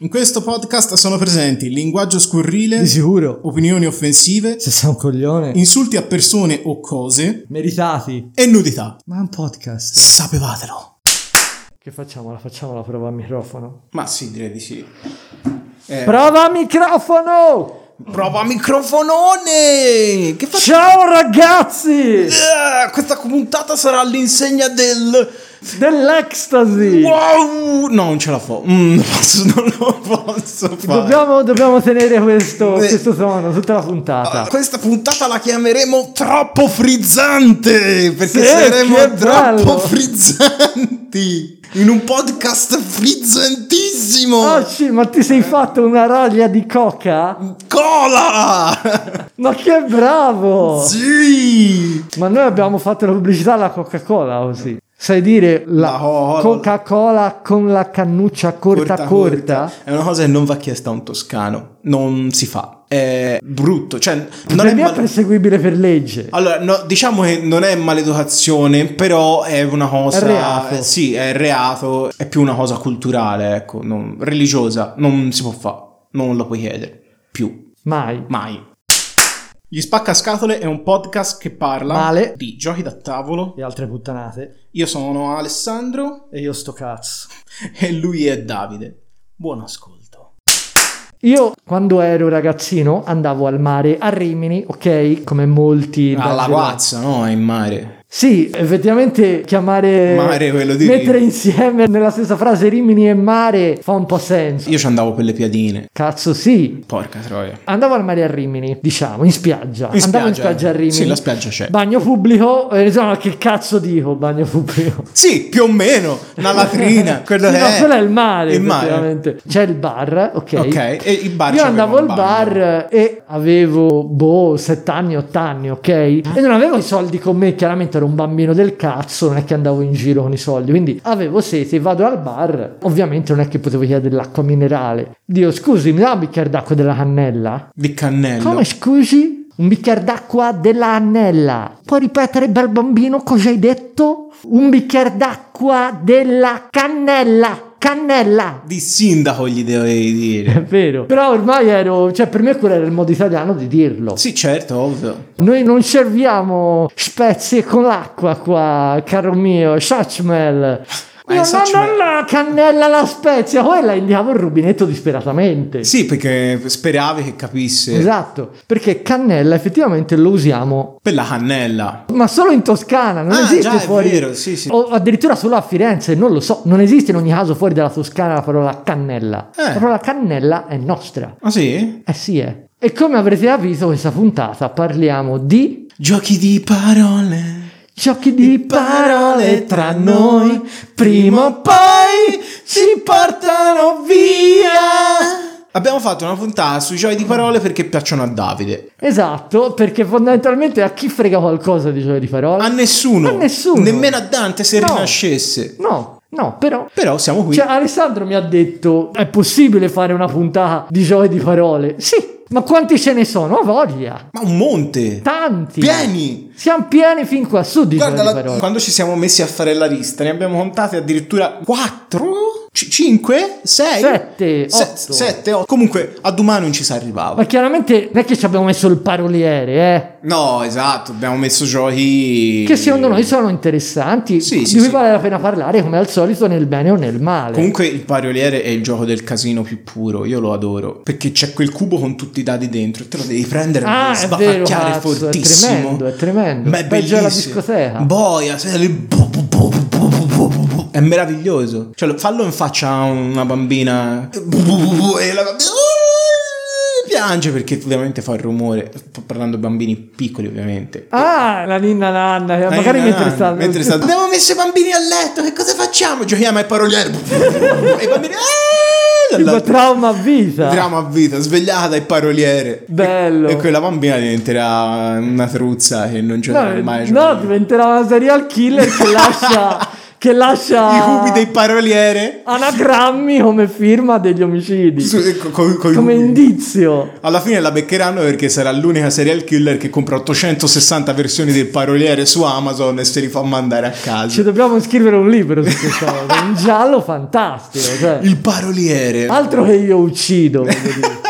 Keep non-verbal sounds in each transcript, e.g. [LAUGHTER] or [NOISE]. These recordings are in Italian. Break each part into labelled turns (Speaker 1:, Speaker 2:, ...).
Speaker 1: In questo podcast sono presenti linguaggio scurrile,
Speaker 2: Di sicuro.
Speaker 1: opinioni offensive,
Speaker 2: Se sei un coglione.
Speaker 1: insulti a persone o cose
Speaker 2: Meritati.
Speaker 1: e nudità.
Speaker 2: Ma è un podcast.
Speaker 1: Sapevatelo.
Speaker 2: Che facciamo? La facciamo la prova a microfono.
Speaker 1: Ma sì, direi di sì.
Speaker 2: Prova a microfono!
Speaker 1: Prova microfonone! Che fa...
Speaker 2: Ciao ragazzi!
Speaker 1: Ah, Questa puntata sarà all'insegna del...
Speaker 2: Dell'ecstasy!
Speaker 1: Wow! No, non ce la fa. Mm, non posso, non lo posso fare.
Speaker 2: Dobbiamo, dobbiamo tenere questo,
Speaker 1: Eh.
Speaker 2: questo tono tutta la
Speaker 1: Ah,
Speaker 2: puntata.
Speaker 1: Questa puntata la chiameremo troppo frizzante perché
Speaker 2: Sì, che
Speaker 1: saremo troppo
Speaker 2: bello.
Speaker 1: frizzanti in un podcast frizzantissimo.
Speaker 2: Ah, sì, ma ti sei fatto una raglia di coca? [LAUGHS]
Speaker 1: Cola!
Speaker 2: Ma che bravo!
Speaker 1: sì!
Speaker 2: Ma noi abbiamo fatto la pubblicità alla Coca-Cola così. Sai dire
Speaker 1: La
Speaker 2: la
Speaker 1: Cola.
Speaker 2: Coca-Cola con la cannuccia corta corta?
Speaker 1: È una cosa che non va chiesta a un toscano, non si fa. È brutto, cioè non
Speaker 2: Non
Speaker 1: è
Speaker 2: è mia
Speaker 1: male-
Speaker 2: perseguibile per legge.
Speaker 1: Allora, no, diciamo che non è maleducazione, però è una cosa.
Speaker 2: È reato.
Speaker 1: eh, sì, è reato, è più una cosa culturale, ecco, non- religiosa. Non si può fare, non lo puoi chiedere. Più,
Speaker 2: Mai.
Speaker 1: mai. Gli Spaccascatole è un podcast che parla
Speaker 2: Male.
Speaker 1: di giochi da tavolo.
Speaker 2: E altre puttanate.
Speaker 1: Io sono Alessandro
Speaker 2: E io sto cazzo.
Speaker 1: e lui è Davide. Buon ascolto.
Speaker 2: Io quando ero ragazzino andavo al mare a Rimini, ok? Come molti.
Speaker 1: Alla
Speaker 2: da-
Speaker 1: guazza, no? In mare.
Speaker 2: Sì, effettivamente chiamare.
Speaker 1: Mare, quello di
Speaker 2: Mettere
Speaker 1: Rimini.
Speaker 2: insieme nella stessa frase Rimini e mare fa un po' senso.
Speaker 1: Io ci andavo per le piadine.
Speaker 2: Cazzo, sì.
Speaker 1: Porca troia.
Speaker 2: Andavo al mare a Rimini, diciamo, in spiaggia.
Speaker 1: In
Speaker 2: Andavo in spiaggia a Rimini.
Speaker 1: Sì, la spiaggia c'è.
Speaker 2: Bagno pubblico, e dicevo, ma che cazzo dico bagno pubblico?
Speaker 1: Sì, più o meno, una
Speaker 2: [LAUGHS]
Speaker 1: latrina. quello
Speaker 2: Sì,
Speaker 1: che
Speaker 2: Eh, no, quello è il mare,
Speaker 1: Il mare.
Speaker 2: effettivamente. C'è il bar, ok.
Speaker 1: Ok, e il bar
Speaker 2: Io
Speaker 1: c'aveva
Speaker 2: andavo
Speaker 1: un
Speaker 2: al
Speaker 1: bagno.
Speaker 2: bar e avevo boh, 7 anni, 8 anni, ok? E non avevo i soldi con me, chiaramente ero un bambino del cazzo, non è che andavo in giro con i soldi, quindi avevo sete, vado al bar, ovviamente non è che potevo chiedere l'acqua minerale. Dio, scusi, mi dà un bicchiere d'acqua della cannella?
Speaker 1: Di cannello.
Speaker 2: Come scusi? Un bicchiere d'acqua della cannella. Puoi ripetere, bel bambino, cosa hai detto? Un bicchiere d'acqua della cannella. Cannella.
Speaker 1: Di sindaco gli dovevi
Speaker 2: È [LAUGHS]
Speaker 1: dire.
Speaker 2: vero. Però ormai ero. Cioè, per me quello era il modo italiano di dirlo.
Speaker 1: Sì, certo, ovvio.
Speaker 2: Noi non serviamo spezie con l'acqua qua, caro mio. Sachmel.
Speaker 1: Ma è
Speaker 2: Io non
Speaker 1: Sachmel.
Speaker 2: ho la cannella la spezia. Quella indicavo il rubinetto disperatamente.
Speaker 1: Sì, perché speravi che capisse.
Speaker 2: Esatto, perché cannella effettivamente lo usiamo
Speaker 1: Per la cannella.
Speaker 2: Ma solo in Toscana, non
Speaker 1: Ah,
Speaker 2: esiste
Speaker 1: già, è
Speaker 2: fuori.
Speaker 1: vero, sì, sì.
Speaker 2: O addirittura solo a Firenze, non lo so. Non esiste in ogni caso fuori dalla Toscana la parola cannella.
Speaker 1: Eh.
Speaker 2: La parola cannella è nostra.
Speaker 1: Ah sì?
Speaker 2: Eh sì, è. E come avrete capito, questa puntata parliamo di
Speaker 1: Giochi di parole.
Speaker 2: giochi di parole tra noi. Prima o poi ci portano via.
Speaker 1: Abbiamo fatto una puntata sui giochi di parole perché piacciono a Davide.
Speaker 2: Esatto, perché fondamentalmente a chi frega qualcosa di giochi di parole?
Speaker 1: A nessuno.
Speaker 2: A nessuno.
Speaker 1: Nemmeno a Dante se
Speaker 2: No.
Speaker 1: rinascesse.
Speaker 2: No, no, però
Speaker 1: Però siamo qui.
Speaker 2: Cioè, Alessandro mi ha detto: è possibile fare una puntata di giochi di parole? Sì, ma quanti ce ne sono? Ho voglia!
Speaker 1: Ma un monte.
Speaker 2: Tanti!
Speaker 1: Pieni.
Speaker 2: Siamo pieni fin qua su di
Speaker 1: Guarda,
Speaker 2: giochi
Speaker 1: la-
Speaker 2: di parole.
Speaker 1: quando ci siamo messi a fare la lista, ne abbiamo contate addirittura 4, 5, 6,
Speaker 2: Sette, otto.
Speaker 1: 7, 8. Comunque, a domani non ci si arrivava.
Speaker 2: Ma chiaramente non è che ci abbiamo messo il paroliere,
Speaker 1: No, esatto, abbiamo messo giochi...
Speaker 2: eh? Che secondo noi sono interessanti,
Speaker 1: Sì,
Speaker 2: di
Speaker 1: sì,
Speaker 2: cui
Speaker 1: sì.
Speaker 2: vale la pena parlare come al solito nel bene o nel male.
Speaker 1: Comunque il parioliere è il gioco del casino più puro, io lo adoro, perché c'è quel cubo con tutti i dadi dentro e te lo devi prendere e
Speaker 2: Ah, è vero,
Speaker 1: sbafacchiare
Speaker 2: cazzo, è
Speaker 1: fortissimo.
Speaker 2: tremendo, è tremendo.
Speaker 1: Ma è
Speaker 2: Peggio
Speaker 1: bellissimo.
Speaker 2: alla discoteca.
Speaker 1: Boia, sei lì, bu, bu, bu, bu, bu, bu, bu, bu, bu. È meraviglioso. Cioè, lo- fallo in faccia a una bambina Bu, bu, bu, bu, e la bambina "Ah", piange perché ovviamente fa il rumore. Sto parlando di bambini piccoli, ovviamente.
Speaker 2: Ah, la ninna nanna, che magari
Speaker 1: Eh,
Speaker 2: mentre
Speaker 1: no,
Speaker 2: stanno...
Speaker 1: mentre stanno- Abbiamo messo i bambini a letto, che cosa facciamo? Giochiamo ai
Speaker 2: [LAUGHS]
Speaker 1: parolieri. e i bambini... "Eh!"
Speaker 2: Tipo
Speaker 1: Dalla-
Speaker 2: trauma a vita.
Speaker 1: Drama a vita, svegliata dai paroliere.
Speaker 2: Bello.
Speaker 1: E quella bambina diventerà una truzza che non giocherà
Speaker 2: No,
Speaker 1: mai. [LAUGHS]
Speaker 2: no, diventerà una serial killer che lascia, che che lascia
Speaker 1: I cubi dei paroliere.
Speaker 2: anagrammi come firma degli omicidi,
Speaker 1: Su- eh, co- co- coi
Speaker 2: come
Speaker 1: cubi.
Speaker 2: indizio.
Speaker 1: Alla fine la beccheranno perché sarà l'unica serial killer che compra 860 versioni del paroliere su Amazon e se li fa mandare a
Speaker 2: Ci
Speaker 1: casa.
Speaker 2: dobbiamo scrivere un libro su questa cosa, un giallo fantastico. Cioè,
Speaker 1: Il paroliere.
Speaker 2: altro che io uccido, voglio
Speaker 1: [LAUGHS]
Speaker 2: dire.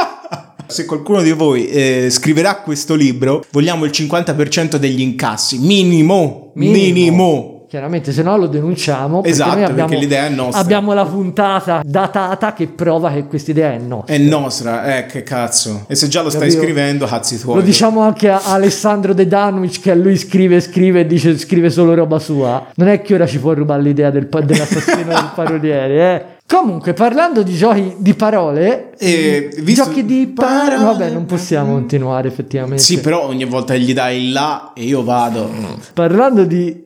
Speaker 1: Se qualcuno di voi eh, scriverà questo libro, vogliamo il 50% degli incassi. Minimo. Minimo.
Speaker 2: Chiaramente, se no lo denunciamo. Perché
Speaker 1: Esatto,
Speaker 2: noi abbiamo,
Speaker 1: perché l'idea è nostra.
Speaker 2: Abbiamo la puntata datata che prova che questa idea è nostra.
Speaker 1: È nostra, eh, che cazzo. E se già lo stai
Speaker 2: Capito?
Speaker 1: scrivendo, cazzi tuoi.
Speaker 2: Lo diciamo anche a Alessandro De Danwich che a lui scrive, scrive e dice scrive solo roba sua. Non è che ora ci può rubare l'idea del, pa- dell'assassino del paroliere, eh. Comunque, parlando di giochi di parole,
Speaker 1: Eh,
Speaker 2: di
Speaker 1: visto-
Speaker 2: giochi di parole,
Speaker 1: parole-
Speaker 2: vabbè, non possiamo continuare effettivamente.
Speaker 1: Sì, però ogni volta gli dai il là e io vado.
Speaker 2: Parlando di,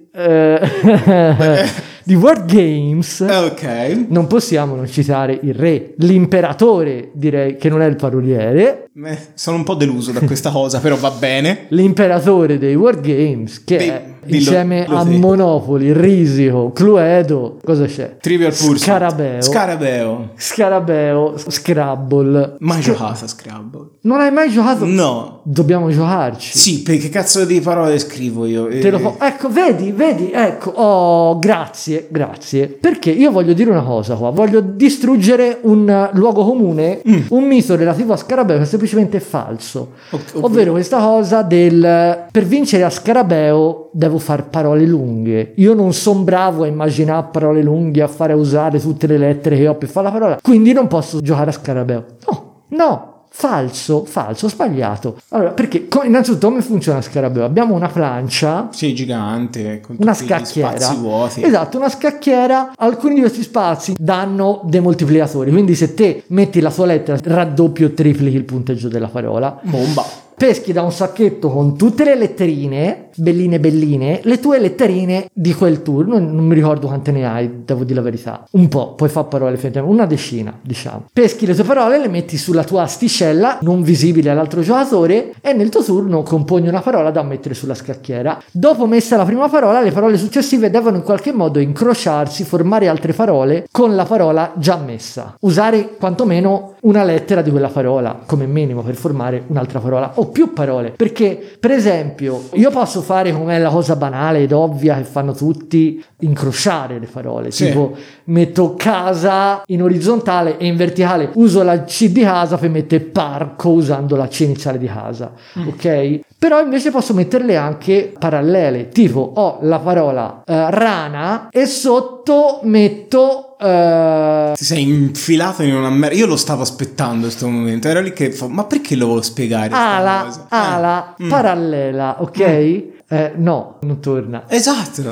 Speaker 2: eh, [LAUGHS] di World Games,
Speaker 1: Eh, ok.
Speaker 2: non possiamo non citare il re, l'imperatore, direi che non è il paroliere,
Speaker 1: Eh, sono un po' deluso da questa cosa, però va bene.
Speaker 2: l'imperatore dei World Games che
Speaker 1: Di-
Speaker 2: è
Speaker 1: dillo-
Speaker 2: insieme
Speaker 1: dillo
Speaker 2: a
Speaker 1: te.
Speaker 2: Monopoli, Risico, Cluedo, cosa c'è?
Speaker 1: Trivial Pursuit.
Speaker 2: Scarabeo.
Speaker 1: Scarabeo.
Speaker 2: Scarabeo, Scrabble.
Speaker 1: Mai giocato a Scrabble?
Speaker 2: Non hai mai giocato?
Speaker 1: No.
Speaker 2: Dobbiamo giocarci.
Speaker 1: Sì, perché cazzo di parole scrivo io? Eh,
Speaker 2: Te lo fa- Ecco, vedi, vedi, ecco. Oh, grazie, grazie. Perché io voglio dire una cosa qua. Voglio distruggere un eh, luogo comune,
Speaker 1: Mm.
Speaker 2: un mito relativo a Scarabeo che è semplicemente falso.
Speaker 1: Ok, ok.
Speaker 2: Ovvero questa cosa del eh, per vincere a Scarabeo devo fare parole lunghe. Io non sono bravo a immaginare parole lunghe, a fare usare tutte le lettere che ho per fare la parola, quindi non posso giocare a Scarabeo. No, no. Falso, falso, sbagliato. Allora, perché co- innanzitutto come funziona Scarabeo? Abbiamo una plancia
Speaker 1: Sì, gigante, con
Speaker 2: una
Speaker 1: tutti gli
Speaker 2: scacchiera.
Speaker 1: spazi vuoti.
Speaker 2: Esatto, una scacchiera. Alcuni di questi spazi danno dei moltiplicatori. Quindi, se te metti la tua lettera, raddoppio o triplichi il punteggio della parola.
Speaker 1: Bomba.
Speaker 2: Peschi da un sacchetto con tutte le letterine, belline belline, le tue letterine di quel turno, non mi ricordo quante ne hai, devo dire la verità, un po', poi fa parole, effettivamente, una decina diciamo. Peschi le tue parole, le metti sulla tua asticella, non visibile all'altro giocatore, e nel tuo turno componi una parola da mettere sulla scacchiera. Dopo messa la prima parola, le parole successive devono in qualche modo incrociarsi, formare altre parole con la parola già messa. Usare quantomeno una lettera di quella parola come minimo per formare un'altra parola o più parole. Perché, per esempio, io posso fare com'è la cosa banale ed ovvia che fanno tutti, incrociare le parole.
Speaker 1: Sì.
Speaker 2: Tipo, metto casa in orizzontale e in verticale uso la C di casa per mettere parco usando la C iniziale di casa,
Speaker 1: Mm.
Speaker 2: ok? Però invece posso metterle anche parallele, tipo ho la parola eh, rana e sotto metto eh,
Speaker 1: Ti sei infilato in una merda. Io lo stavo aspettando questo momento. Ero lì che fa- Ma perché lo volevo spiegare? sta
Speaker 2: ala,
Speaker 1: cosa? Ah.
Speaker 2: ala,
Speaker 1: Mm.
Speaker 2: parallela, ok? Eh, no, non torna.
Speaker 1: Esatto.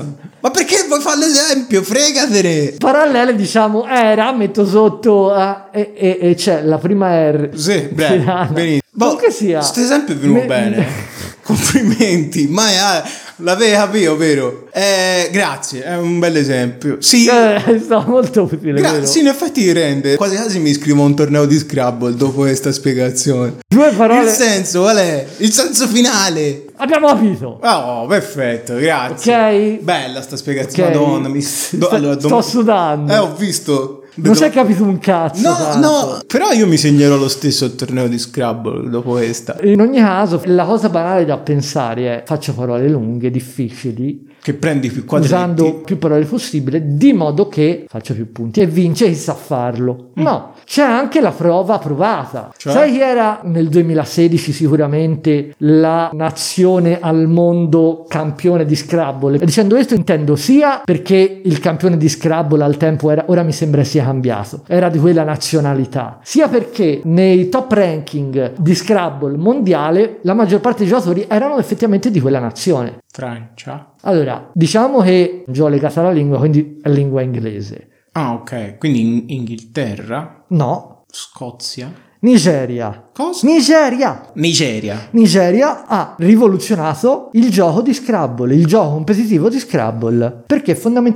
Speaker 1: Ma perché vuoi fare l'esempio? Fregatene.
Speaker 2: Parallele diciamo era, metto sotto eh, e, e- e c'è la prima R.
Speaker 1: Sì, bene.
Speaker 2: Rana.
Speaker 1: benissimo. Boh,
Speaker 2: Comunque sia.
Speaker 1: Questo esempio è venuto
Speaker 2: Me-
Speaker 1: bene. [LAUGHS] Complimenti, ma è- l'avevi capito, vero? Eh, grazie, è un bel esempio. Sì,
Speaker 2: Eh, è stato molto utile.
Speaker 1: gra-
Speaker 2: vero?
Speaker 1: sì, in effetti rende. Quasi quasi mi iscrivo a un torneo di Scrabble dopo questa spiegazione.
Speaker 2: Due
Speaker 1: Il
Speaker 2: parole.
Speaker 1: senso qual è? Il senso finale.
Speaker 2: Abbiamo capito.
Speaker 1: Oh, perfetto, grazie.
Speaker 2: Ok.
Speaker 1: Bella sta spiegazione,
Speaker 2: Ok.
Speaker 1: madonna. Mi... do-
Speaker 2: Sto-
Speaker 1: allora,
Speaker 2: sto
Speaker 1: dom-
Speaker 2: sudando.
Speaker 1: Eh, ho visto.
Speaker 2: Non si è capito un cazzo.
Speaker 1: No,
Speaker 2: tanto.
Speaker 1: no, però io mi segnerò lo stesso il torneo di Scrabble dopo questa.
Speaker 2: In ogni caso, la cosa banale da pensare è faccio parole lunghe, difficili,
Speaker 1: Che prendi più quadretti.
Speaker 2: usando più parole possibile, di modo che faccio più punti e vince chi sa farlo. No, c'è anche la prova provata.
Speaker 1: Mm. Cioè?
Speaker 2: Sai chi era nel 2016 sicuramente la nazione al mondo campione di Scrabble? E dicendo questo intendo sia perché il campione di Scrabble al tempo era, ora mi sembra sia cambiato, era di quella nazionalità, sia perché nei top ranking di Scrabble mondiale la maggior parte dei giocatori erano effettivamente di quella nazione.
Speaker 1: Francia.
Speaker 2: Allora, diciamo che un gioco legato alla lingua, quindi è lingua inglese.
Speaker 1: Ah, ok. Quindi in- Inghilterra,
Speaker 2: No,
Speaker 1: Scozia,
Speaker 2: Nigeria,
Speaker 1: Cosa?
Speaker 2: Nigeria.
Speaker 1: Nigeria.
Speaker 2: Nigeria ha rivoluzionato il gioco di Scrabble, il gioco competitivo di Scrabble, perché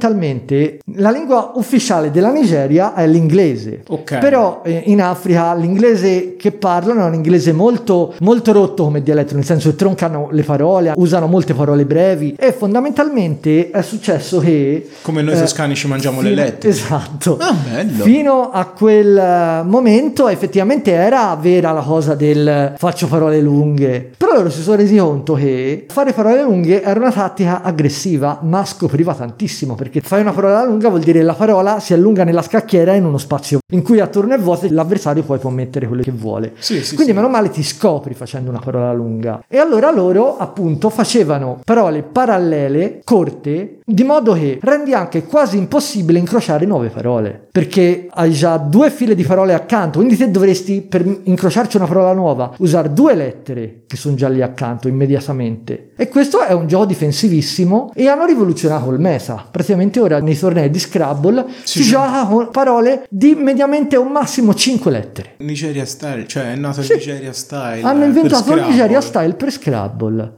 Speaker 2: fondamentalmente la lingua ufficiale della Nigeria è l'inglese.
Speaker 1: Ok.
Speaker 2: Però eh, in Africa l'inglese che parlano è un inglese molto, molto rotto come dialetto, nel senso che troncano le parole, usano molte parole brevi e fondamentalmente è successo che...
Speaker 1: Come noi
Speaker 2: eh,
Speaker 1: toscani ci mangiamo le
Speaker 2: fino-
Speaker 1: lette.
Speaker 2: [LAUGHS] Esatto.
Speaker 1: Ah, bello.
Speaker 2: Fino a quel eh, momento effettivamente era vera la cosa del eh, faccio parole lunghe, però loro si sono resi conto che fare parole lunghe era una tattica aggressiva, ma scopriva tantissimo, perché fai una parola lunga vuol dire la parola si allunga nella scacchiera in uno spazio in cui attorno è vuoto e l'avversario poi può mettere quello che vuole.
Speaker 1: Sì, sì,
Speaker 2: Quindi
Speaker 1: sì.
Speaker 2: meno male ti scopri facendo una parola lunga. E allora loro appunto facevano parole parallele, corte, di modo che rendi anche quasi impossibile incrociare nuove parole, perché hai già due file di parole accanto, quindi te dovresti per incrociarci una parola nuova usare due lettere che sono già lì accanto immediatamente. E questo è un gioco difensivissimo e hanno rivoluzionato il meta. Praticamente ora nei tornei di Scrabble
Speaker 1: Sì,
Speaker 2: si
Speaker 1: sì.
Speaker 2: gioca con parole di mediamente un massimo 5 lettere.
Speaker 1: Nigeria Style, cioè è nato il
Speaker 2: Sì.
Speaker 1: Nigeria Style.
Speaker 2: Hanno
Speaker 1: eh,
Speaker 2: inventato
Speaker 1: per
Speaker 2: il Nigeria
Speaker 1: Scrabble.
Speaker 2: Style per Scrabble.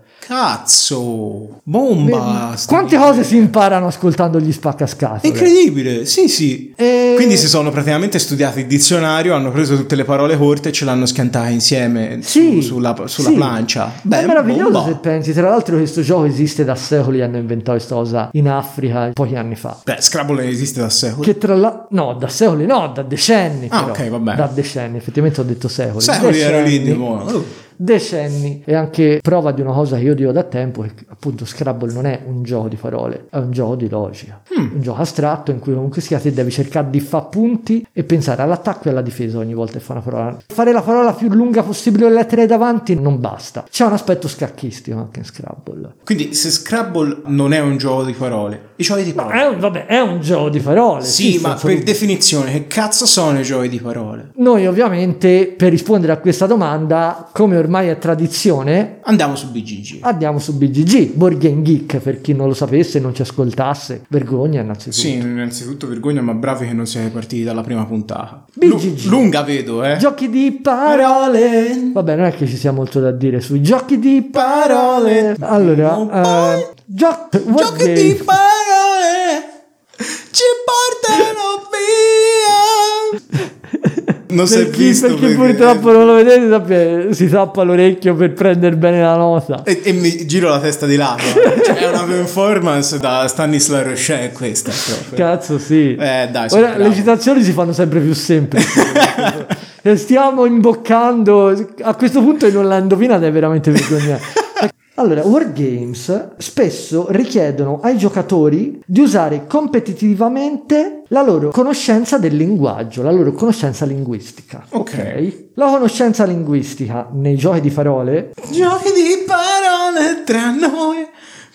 Speaker 1: Cazzo! Bomba!
Speaker 2: Beh,
Speaker 1: sta
Speaker 2: Quante
Speaker 1: Nigeria.
Speaker 2: cose si imparano ascoltando gli spaccascatole?
Speaker 1: Incredibile, sì sì.
Speaker 2: E-
Speaker 1: Quindi si sono praticamente studiati il dizionario, hanno preso tutte le parole corte e ce l'hanno schiantate insieme su-
Speaker 2: Sì,
Speaker 1: sulla, sulla
Speaker 2: sì.
Speaker 1: plancia.
Speaker 2: è
Speaker 1: Beh, boh.
Speaker 2: meraviglioso
Speaker 1: bomba.
Speaker 2: se pensi, tra l'altro questo gioco esiste da secoli, hanno inventato questa cosa in Africa pochi anni fa.
Speaker 1: Beh, Scrabble esiste da secoli.
Speaker 2: Che tra l'altro, no, da secoli no, da decenni.
Speaker 1: Ah,
Speaker 2: però.
Speaker 1: ok, vabbè.
Speaker 2: Da decenni, effettivamente ho detto secoli.
Speaker 1: Secoli ero lì
Speaker 2: Decenni.
Speaker 1: di buono. Oh.
Speaker 2: decenni e anche prova di una cosa che io dico da tempo che appunto Scrabble non è un gioco di parole è un gioco di logica
Speaker 1: Hmm.
Speaker 2: un gioco astratto in cui comunque sia te devi cercare di fare punti e pensare all'attacco e alla difesa ogni volta che fa una parola fare la parola più lunga possibile le lettere davanti non basta c'è un aspetto scacchistico anche in Scrabble
Speaker 1: Quindi se Scrabble non è un gioco di parole, i giochi di
Speaker 2: no,
Speaker 1: parole.
Speaker 2: è un, vabbè è un gioco di parole
Speaker 1: sì,
Speaker 2: sì,
Speaker 1: ma
Speaker 2: senza
Speaker 1: per
Speaker 2: dubbio.
Speaker 1: definizione che cazzo sono i giochi di parole?
Speaker 2: noi ovviamente per rispondere a questa domanda come ormai è tradizione
Speaker 1: Andiamo su BGG.
Speaker 2: Andiamo su BGG, Board Game Geek, per chi non lo sapesse e non ci ascoltasse. Vergogna innanzitutto.
Speaker 1: Sì, innanzitutto vergogna, ma bravi che non siete partiti dalla prima puntata.
Speaker 2: BGG.
Speaker 1: Lu- lunga vedo, eh.
Speaker 2: Giochi di parole.
Speaker 1: parole.
Speaker 2: Vabbè, non è che ci sia molto da dire sui giochi di
Speaker 1: Parole.
Speaker 2: parole. Allora,
Speaker 1: Poi-
Speaker 2: eh, gio- board
Speaker 1: Giochi
Speaker 2: game.
Speaker 1: di parole ci portano via.
Speaker 2: [LAUGHS]
Speaker 1: Non si è
Speaker 2: Per chi,
Speaker 1: visto
Speaker 2: per chi
Speaker 1: perché-
Speaker 2: purtroppo non lo vedete, sappi- si tappa l'orecchio per prendere bene la nota.
Speaker 1: E, e mi giro la testa di lato. cioè, è una performance da Stanislav Rochelle questa proprio.
Speaker 2: Cazzo, sì.
Speaker 1: Eh, dai, sono
Speaker 2: Ora,
Speaker 1: bravo.
Speaker 2: le citazioni si fanno sempre più
Speaker 1: [LAUGHS]
Speaker 2: semplici. Le Stiamo imboccando. A questo punto, se non la indovinata è
Speaker 1: [LAUGHS]
Speaker 2: veramente vergognosa. Allora, wargames spesso richiedono ai giocatori di usare competitivamente la loro conoscenza del linguaggio, la loro conoscenza linguistica.
Speaker 1: Ok.
Speaker 2: La conoscenza linguistica nei giochi di parole
Speaker 1: Giochi di parole tra noi.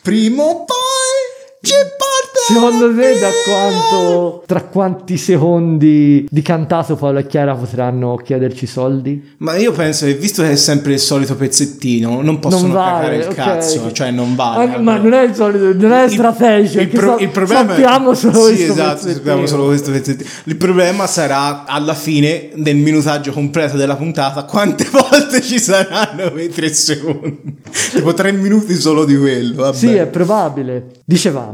Speaker 1: Prima o poi ci portano
Speaker 2: Secondo
Speaker 1: via.
Speaker 2: te da quanto, tra quanti secondi di cantato Paolo e Chiara potranno chiederci soldi?
Speaker 1: Ma io penso che visto che è sempre il solito pezzettino, non possono
Speaker 2: non vale,
Speaker 1: cagare il
Speaker 2: ok.
Speaker 1: cazzo, cioè non vale.
Speaker 2: Ah, ma
Speaker 1: allora.
Speaker 2: non è il solito, non è
Speaker 1: Il-
Speaker 2: strategico.
Speaker 1: il, pro- il problema
Speaker 2: sappiamo
Speaker 1: è...
Speaker 2: solo
Speaker 1: sì,
Speaker 2: questo
Speaker 1: esatto,
Speaker 2: pezzettino.
Speaker 1: sappiamo solo questo pezzettino. Il problema sarà alla fine del minutaggio completo della puntata quante [LAUGHS] volte ci saranno quei tre secondi. tipo tre minuti solo di quello, vabbè.
Speaker 2: Sì, è probabile.
Speaker 1: [LAUGHS]
Speaker 2: Dicevamo.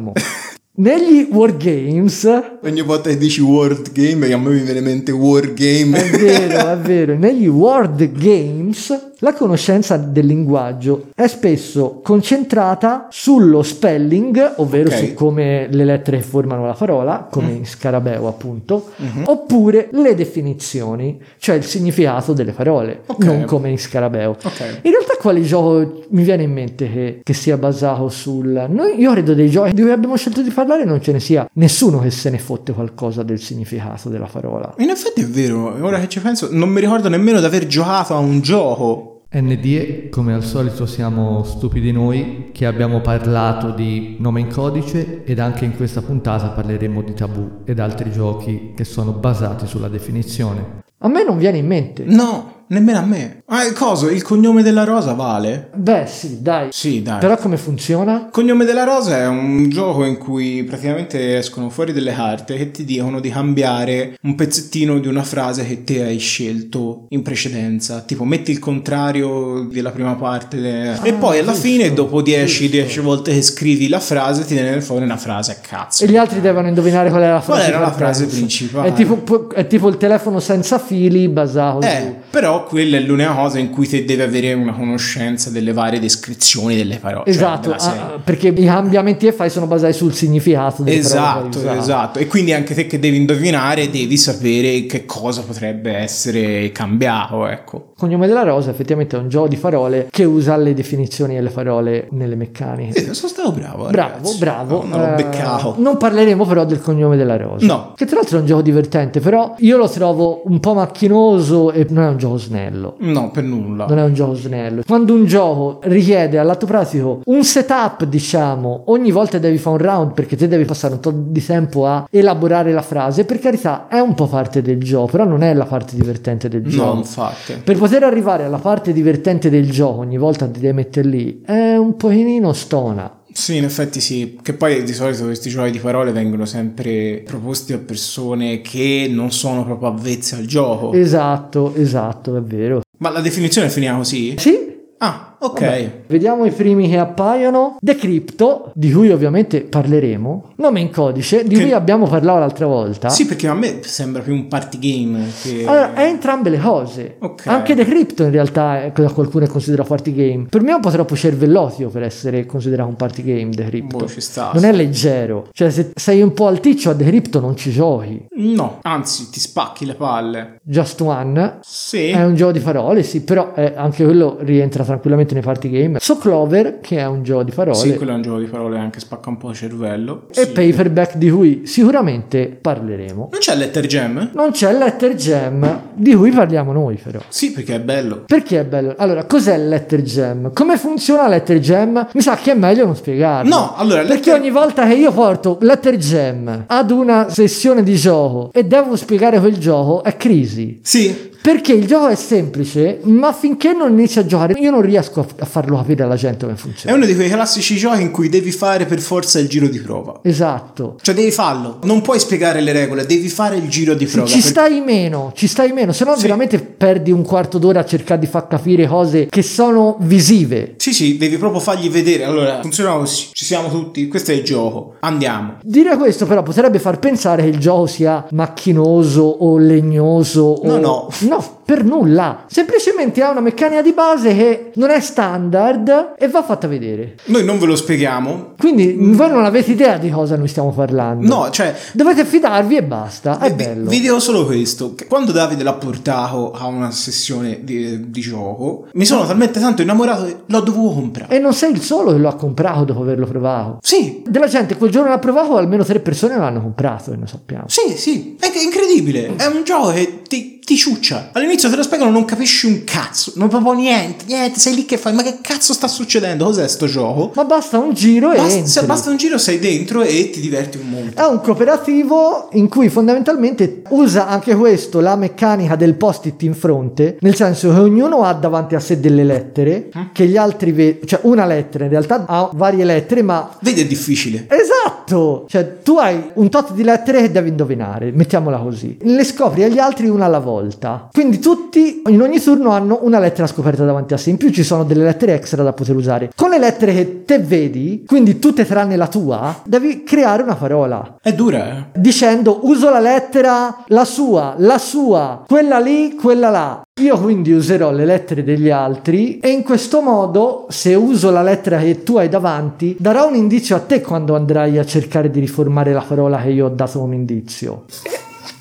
Speaker 2: Negli wargames
Speaker 1: Ogni volta che dici World Game, a me mi viene in mente War Game.
Speaker 2: È vero, è vero. Negli World Games la conoscenza del linguaggio è spesso concentrata sullo spelling, ovvero
Speaker 1: Ok. Mm.
Speaker 2: su come le lettere formano la parola, come in scarabeo appunto,
Speaker 1: Mhm.
Speaker 2: oppure le definizioni, cioè il significato delle parole,
Speaker 1: Ok.
Speaker 2: non come in scarabeo.
Speaker 1: ok.
Speaker 2: In realtà quale gioco mi viene in mente che, che sia basato sul... Noi, io credo dei giochi di cui abbiamo scelto di parlare non ce ne sia nessuno che se ne fotte qualcosa del significato della parola.
Speaker 1: [LAUGHS] In effetti è vero, ora che ci penso, non mi ricordo nemmeno di aver giocato a un gioco
Speaker 3: NDE, come al solito siamo stupidi noi che abbiamo parlato di nome in codice ed anche in questa puntata parleremo di tabù ed altri giochi che sono basati sulla definizione.
Speaker 2: A me non viene in mente.
Speaker 1: No, nemmeno a me.
Speaker 4: Ah, il coso, il cognome della rosa vale?
Speaker 2: Beh, sì, dai.
Speaker 4: Sì, dai.
Speaker 2: Però come funziona?
Speaker 4: Il cognome della rosa è un gioco in cui praticamente escono fuori delle carte che ti dicono di cambiare un pezzettino di una frase che te hai scelto in precedenza. Tipo, metti il contrario della prima parte. de-
Speaker 2: Ah,
Speaker 4: e poi alla
Speaker 2: giusto,
Speaker 4: fine, dopo 10,
Speaker 2: giusto.
Speaker 4: 10 volte che scrivi la frase, ti viene fuori una frase a cazzo.
Speaker 2: E gli altri devono indovinare qual era la frase
Speaker 4: Qual era la frase
Speaker 2: partenza.
Speaker 4: principale?
Speaker 2: È tipo, pu- è tipo il telefono senza fili basato
Speaker 4: Eh, però quella è l'unica cosa in cui te devi avere una conoscenza delle varie descrizioni delle parole.
Speaker 2: su...
Speaker 4: cioè
Speaker 2: Esatto,
Speaker 4: della serie.
Speaker 2: ah, perché i cambiamenti che fai sono basati sul significato. delle parole che
Speaker 4: Esatto,
Speaker 2: hai usato.
Speaker 4: esatto. E quindi anche te che devi indovinare, devi sapere che cosa potrebbe essere cambiato, ecco.
Speaker 2: Il cognome della rosa effettivamente è un gioco di parole che usa le definizioni e le parole nelle meccaniche.
Speaker 4: Eh, sono stato bravo.
Speaker 2: Bravo,
Speaker 4: ragazzi.
Speaker 2: bravo.
Speaker 4: Non l'ho
Speaker 2: Eh,
Speaker 4: beccato.
Speaker 2: non parleremo però del cognome della rosa.
Speaker 4: No.
Speaker 2: Che tra l'altro è un gioco divertente, però io lo trovo un po' macchinoso e non è un gioco snello.
Speaker 4: No, per nulla.
Speaker 2: Non è un gioco snello. Quando un gioco richiede all'atto pratico un setup, diciamo, ogni volta devi fare un round perché te devi passare un po' di tempo a elaborare la frase, per carità è un po' parte del gioco, però non è la parte divertente del gioco.
Speaker 4: No, infatti.
Speaker 2: Per poter arrivare alla parte divertente del gioco ogni volta ti devi mettere lì, è un pochino stona.
Speaker 4: Sì, in effetti sì, che poi di solito questi giochi di parole vengono sempre proposti a persone che non sono proprio avvezze al gioco.
Speaker 2: Esatto, esatto, è vero.
Speaker 4: Ma la definizione finiva così?
Speaker 2: Sì?
Speaker 4: Ah, ok.
Speaker 2: Vabbè, Vediamo i primi che appaiono. Decrypto, di cui ovviamente parleremo. Nome in codice, di
Speaker 4: Che-
Speaker 2: cui abbiamo parlato l'altra volta.
Speaker 4: Sì, perché a me sembra più un party game che...
Speaker 2: Allora, è entrambe le cose.
Speaker 4: Ok.
Speaker 2: Anche Decrypto in realtà è- da qualcuno è considerato party game. Per me è un po' troppo cervellotio per essere considerato un party game Decrypto.
Speaker 4: Boh, ci sta.
Speaker 2: Non è leggero. Cioè, se sei un po' alticcio a Decrypto non ci giochi.
Speaker 4: No, anzi, ti spacchi le palle.
Speaker 2: Just One
Speaker 4: Sì.
Speaker 2: È un gioco di parole, sì, però è- anche quello rientra tranquillamente nei party game. So Clover, che è un gioco di parole.
Speaker 4: Sì, quello è un gioco di parole anche spacca un po' il cervello.
Speaker 2: e
Speaker 4: Sì.
Speaker 2: Paperback, di cui sicuramente parleremo.
Speaker 4: Non c'è Letter Jam?
Speaker 2: Non c'è Letter Jam, di cui parliamo noi, però.
Speaker 4: Sì, perché è bello.
Speaker 2: Perché è bello? Allora, cos'è il Letter Jam? Come funziona Letter Jam? Mi sa che è meglio non spiegarlo.
Speaker 4: No, allora,
Speaker 2: Perché
Speaker 4: letter-
Speaker 2: ogni volta che io porto Letter Jam ad una sessione di gioco e devo spiegare quel gioco, è crisi.
Speaker 4: Sì,
Speaker 2: Perché il gioco è semplice, ma finché non inizio a giocare, io non riesco a, a farlo capire alla gente come
Speaker 4: è
Speaker 2: funziona.
Speaker 4: uno di quei classici giochi in cui devi fare per forza il giro di prova.
Speaker 2: Esatto.
Speaker 4: Cioè, devi farlo. Non puoi spiegare le regole, devi fare il giro di
Speaker 2: Se [LAUGHS]
Speaker 4: prova.
Speaker 2: ci
Speaker 4: perché-
Speaker 2: stai meno, ci stai meno, se no
Speaker 4: Sì.
Speaker 2: veramente perdi un quarto d'ora a cercare di far capire cose che sono visive.
Speaker 4: Sì, sì, devi proprio fargli vedere. Allora, funziona così. Ci siamo tutti. Questo è il gioco. Andiamo.
Speaker 2: Dire questo però potrebbe far pensare che il gioco sia macchinoso o legnoso o...
Speaker 4: No, no.
Speaker 2: No, per nulla. Semplicemente ha una meccanica di base che non è standard e va fatta vedere.
Speaker 4: Noi non ve lo spieghiamo.
Speaker 2: Quindi voi non avete idea di cosa noi stiamo parlando.
Speaker 4: No, cioè,
Speaker 2: Dovete fidarvi e basta. È
Speaker 4: Vi-
Speaker 2: bello.
Speaker 4: Vi dico solo questo: che quando Davide l'ha portato a una sessione di, di gioco, mi sono talmente tanto innamorato che l'ho dovuto comprare.
Speaker 2: E non sei il solo che lo ha comprato dopo averlo provato.
Speaker 4: Sì,
Speaker 2: Della gente quel giorno l'ha provato, almeno tre persone l'hanno comprato e lo sappiamo.
Speaker 4: sì, sì, è che è incredibile. È un gioco che ti, ti ciuccia. All'inizio te lo spiegano, non capisci un cazzo, non proprio niente, niente. Sei lì che fai, ma che cazzo sta succedendo? Cos'è sto gioco?
Speaker 2: Ma basta un giro e
Speaker 4: Basta,
Speaker 2: entri.
Speaker 4: se basta un giro, sei dentro e ti diverti un
Speaker 2: È
Speaker 4: mondo.
Speaker 2: un cooperativo in cui fondamentalmente usa anche questo la meccanica del post-it in fronte, nel senso che ognuno ha davanti a sé delle lettere,
Speaker 4: Eh?
Speaker 2: che gli altri vedono, cioè una lettera in realtà ha varie lettere, ma
Speaker 4: Vedi, è difficile.
Speaker 2: Esatto! Cioè, tu hai un tot di lettere che devi indovinare, mettiamola così. Le scopri agli altri una alla volta. Quindi tutti, in ogni turno, hanno una lettera scoperta davanti a sé. In più ci sono delle lettere extra da poter usare. Con le lettere che te vedi, quindi tutte tranne la tua, devi creare una parola.
Speaker 4: È dura, eh.
Speaker 2: Dicendo uso la lettera la sua, la sua, quella lì, quella là. Io quindi userò le lettere degli altri e in questo modo, se uso la lettera che tu hai davanti, darà un indizio a te quando andrai a cercare di riformare la parola che io ho dato come indizio.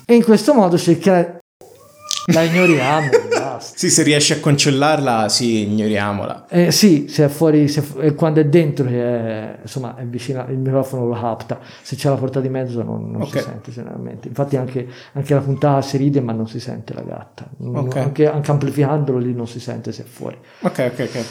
Speaker 2: E in questo modo cercherai... La ignoriamo, basta.
Speaker 4: Sì, se riesci a cancellarla, sì, ignoriamola.
Speaker 2: Eh, sì, se è fuori, se è fu- eh, quando è dentro, che è- insomma, è vicino, il microfono lo capta. Se c'è la porta di mezzo non, non
Speaker 4: Ok.
Speaker 2: si sente generalmente. Infatti anche, anche la puntata si ride, ma non si sente la gatta. Non-
Speaker 4: Ok.
Speaker 2: Anche, anche amplificandolo lì non si sente se è fuori.
Speaker 4: Ok, ok, ok.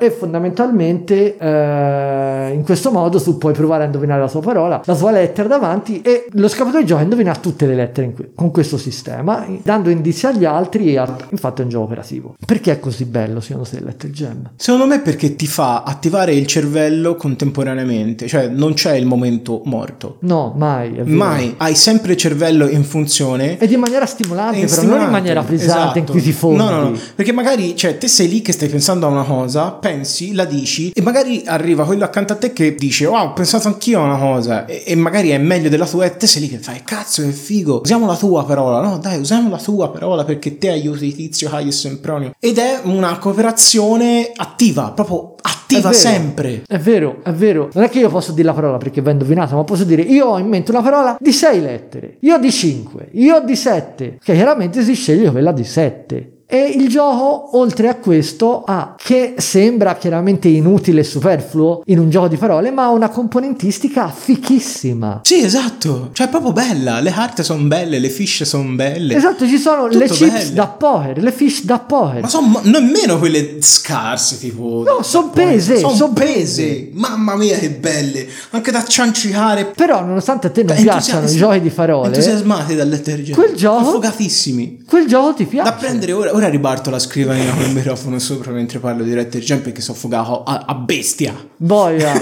Speaker 2: e fondamentalmente eh, in questo modo tu puoi provare a indovinare la sua parola, la sua lettera davanti e lo scapatore gioca a indovinare tutte le lettere in que- con questo sistema, dando indizi agli altri e a- infatti è un gioco operativo. Perché è così bello secondo te Letter Jam?
Speaker 4: Secondo me perché ti fa attivare il cervello contemporaneamente, cioè non c'è il momento morto.
Speaker 2: No, mai. è vero.
Speaker 4: Mai hai sempre il cervello in funzione.
Speaker 2: Ed in maniera stimolante, però non
Speaker 4: È
Speaker 2: in
Speaker 4: Eh, stimolante,
Speaker 2: maniera pesante in
Speaker 4: esatto.
Speaker 2: cui ti fondi.
Speaker 4: No, no, no, perché magari cioè, te sei lì che stai pensando a una cosa, pensi, la dici e magari arriva quello accanto a te che dice wow, ho pensato anch'io a una cosa e, e magari è meglio della tua e te sei lì che fai cazzo che figo, usiamo la tua parola, no dai usiamo la tua parola perché te aiuti Tizio, Caio e Sempronio ed è una cooperazione attiva, proprio attiva
Speaker 2: È vero.
Speaker 4: sempre.
Speaker 2: È vero, è vero. Non è che io posso dire la parola perché va indovinata, ma posso dire io ho in mente una parola di 6 lettere, io di 5, io di 7. Che chiaramente si sceglie quella di 7. E il gioco, oltre a questo, ha, che sembra chiaramente inutile e superfluo in un gioco di parole, ma ha una componentistica fichissima.
Speaker 4: Sì, esatto, cioè è proprio bella, le carte sono belle, le fiche sono belle.
Speaker 2: Esatto, ci sono
Speaker 4: Tutto
Speaker 2: le chips
Speaker 4: bello.
Speaker 2: da poker, le fish da poker.
Speaker 4: Ma sono nemmeno quelle scarse, tipo.
Speaker 2: No, son pese,
Speaker 4: Sono
Speaker 2: son
Speaker 4: pese.
Speaker 2: pese.
Speaker 4: Mamma mia, che belle! Anche da ciancicare.
Speaker 2: Però, nonostante a te non
Speaker 4: Entusias-
Speaker 2: piacciono i giochi di parole, eh.
Speaker 4: Entusiasmati dalle letterature.
Speaker 2: Quel gioco-
Speaker 4: Affogatissimi.
Speaker 2: quel gioco ti piace.
Speaker 4: Da prendere ora, ora riparto la scrivania con il microfono sopra mentre parlo di Letter Jam perché sono affogato a, a bestia.
Speaker 2: Boia.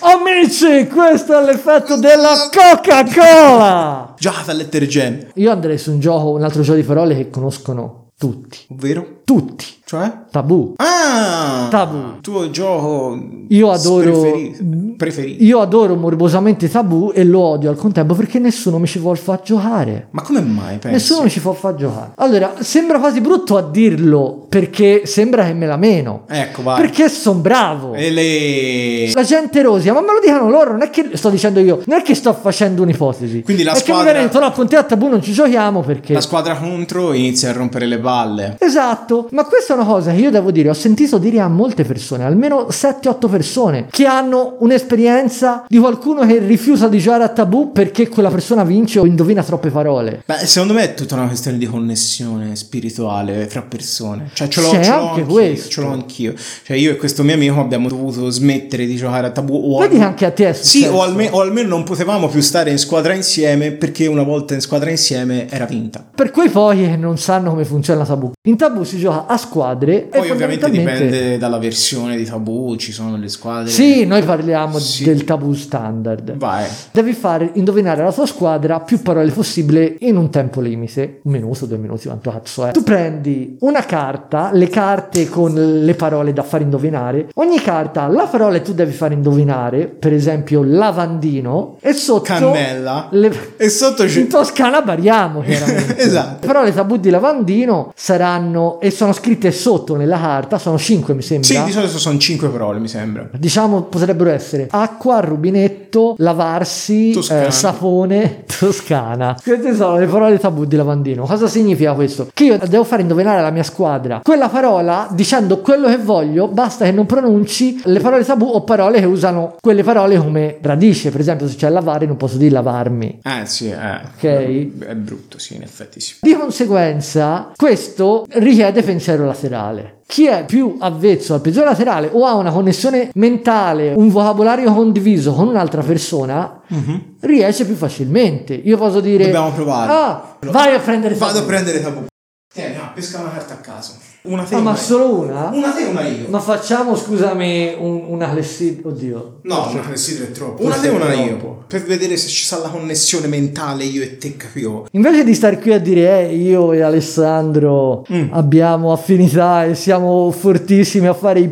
Speaker 2: Amici, questo è l'effetto della Coca-Cola.
Speaker 4: Giocata a Letter Jam,
Speaker 2: Io andrei su un gioco, un altro gioco di parole che conoscono tutti.
Speaker 4: ovvero?
Speaker 2: Tutti.
Speaker 4: Cioè?
Speaker 2: Tabù.
Speaker 4: Ah!
Speaker 2: Tabù.
Speaker 4: Tuo gioco.
Speaker 2: Io adoro-
Speaker 4: preferi- preferito.
Speaker 2: Io adoro morbosamente Tabù e lo odio al contempo perché nessuno mi ci vuol far giocare.
Speaker 4: Ma come mai, pensi?
Speaker 2: Nessuno mi ci può far giocare. Allora, sembra quasi brutto a dirlo perché sembra che me la meno.
Speaker 4: Ecco, vai. Eh,
Speaker 2: Perché sono bravo.
Speaker 4: E le...
Speaker 2: La gente rosica, ma me lo dicano loro, non è che sto dicendo io, non è che sto facendo un'ipotesi.
Speaker 4: Quindi la
Speaker 2: è che mi
Speaker 4: squadra-
Speaker 2: viene detto, no, con te a tabù boh, non ci giochiamo perché...
Speaker 4: La squadra contro inizia a rompere le palle.
Speaker 2: Esatto, ma questa è una cosa che io devo dire, ho sentito dire a molte persone, almeno 7-8 persone, che hanno un'esperienza di qualcuno che rifiuta di giocare a tabù perché quella persona vince o indovina troppe parole.
Speaker 4: Beh, secondo me è tutta una questione di connessione spirituale fra persone. Cioè, ce l'ho,
Speaker 2: C'è
Speaker 4: ce l'ho
Speaker 2: anche
Speaker 4: anch'io,
Speaker 2: questo.
Speaker 4: Ce l'ho anch'io. Cioè, io e questo mio amico abbiamo dovuto smettere di giocare a tabù. O
Speaker 2: Vedi
Speaker 4: alme-
Speaker 2: che anche a te è
Speaker 4: Sì,
Speaker 2: successo.
Speaker 4: o, alme- o almeno non potevamo più stare in squadra insieme perché una volta in squadra insieme era vinta.
Speaker 2: Per quei poi che non sanno come funziona tabù. In tabù si gioca a squadre e
Speaker 4: Poi ovviamente
Speaker 2: fondamentalmente-
Speaker 4: dipende dalla versione di tabù, ci sono le squadre.
Speaker 2: Sì, noi parliamo
Speaker 4: Sì.
Speaker 2: del tabù standard.
Speaker 4: Vai.
Speaker 2: Devi fare indovinare la tua squadra più parole possibile in un tempo limite, un minuto, due minuti, quanto cazzo è. Tu prendi una carta, le carte con le parole da far indovinare. Ogni carta ha la parola che tu devi far indovinare, per esempio lavandino, e sotto
Speaker 4: Cannella.
Speaker 2: le-
Speaker 4: E sotto c'è...
Speaker 2: in Toscana bariamo chiaramente.
Speaker 4: [LAUGHS] Esatto.
Speaker 2: Però le tabù di lavandino saranno e sono scritte sotto nella carta, sono 5 mi sembra.
Speaker 4: Sì, di solito sono cinque parole, mi sembra.
Speaker 2: Diciamo potrebbero essere acqua, rubinetto, lavarsi,
Speaker 4: Toscana.
Speaker 2: eh, sapone, [LAUGHS] toscana. Queste sono le parole tabù di lavandino. Cosa significa questo? Che io devo fare indovinare alla mia squadra quella parola dicendo quello che voglio, basta che non pronunci le parole tabù o parole che usano quelle parole come radice. Per esempio, se c'è lavare, non posso dire lavarmi.
Speaker 4: Eh, sì, eh.
Speaker 2: Ok.
Speaker 4: È brutto, sì, in effetti sì.
Speaker 2: Di conseguenza, questo richiede pensiero laterale. Chi è più avvezzo al pensiero laterale o ha una connessione mentale, un vocabolario condiviso con un'altra persona, riesce più facilmente. Io posso dire:
Speaker 4: Mhm. Dobbiamo provare.
Speaker 2: Ah, vai a prendere
Speaker 4: Vado a
Speaker 2: tabù."
Speaker 4: prendere tabù. Tieni, no, pesca una carta a caso. Una te
Speaker 2: Ah, ma
Speaker 4: una io.
Speaker 2: solo una?
Speaker 4: Una te una io.
Speaker 2: Ma facciamo, scusami, un- una lessi. Oddio.
Speaker 4: No, una considero è troppo.
Speaker 2: Questo
Speaker 4: Una te
Speaker 2: è
Speaker 4: una
Speaker 2: troppo.
Speaker 4: io. Per vedere se ci sarà la connessione mentale io e te, capivo.
Speaker 2: Invece di stare qui a dire eh, io e Alessandro
Speaker 4: Mm.
Speaker 2: abbiamo affinità e siamo fortissimi a fare i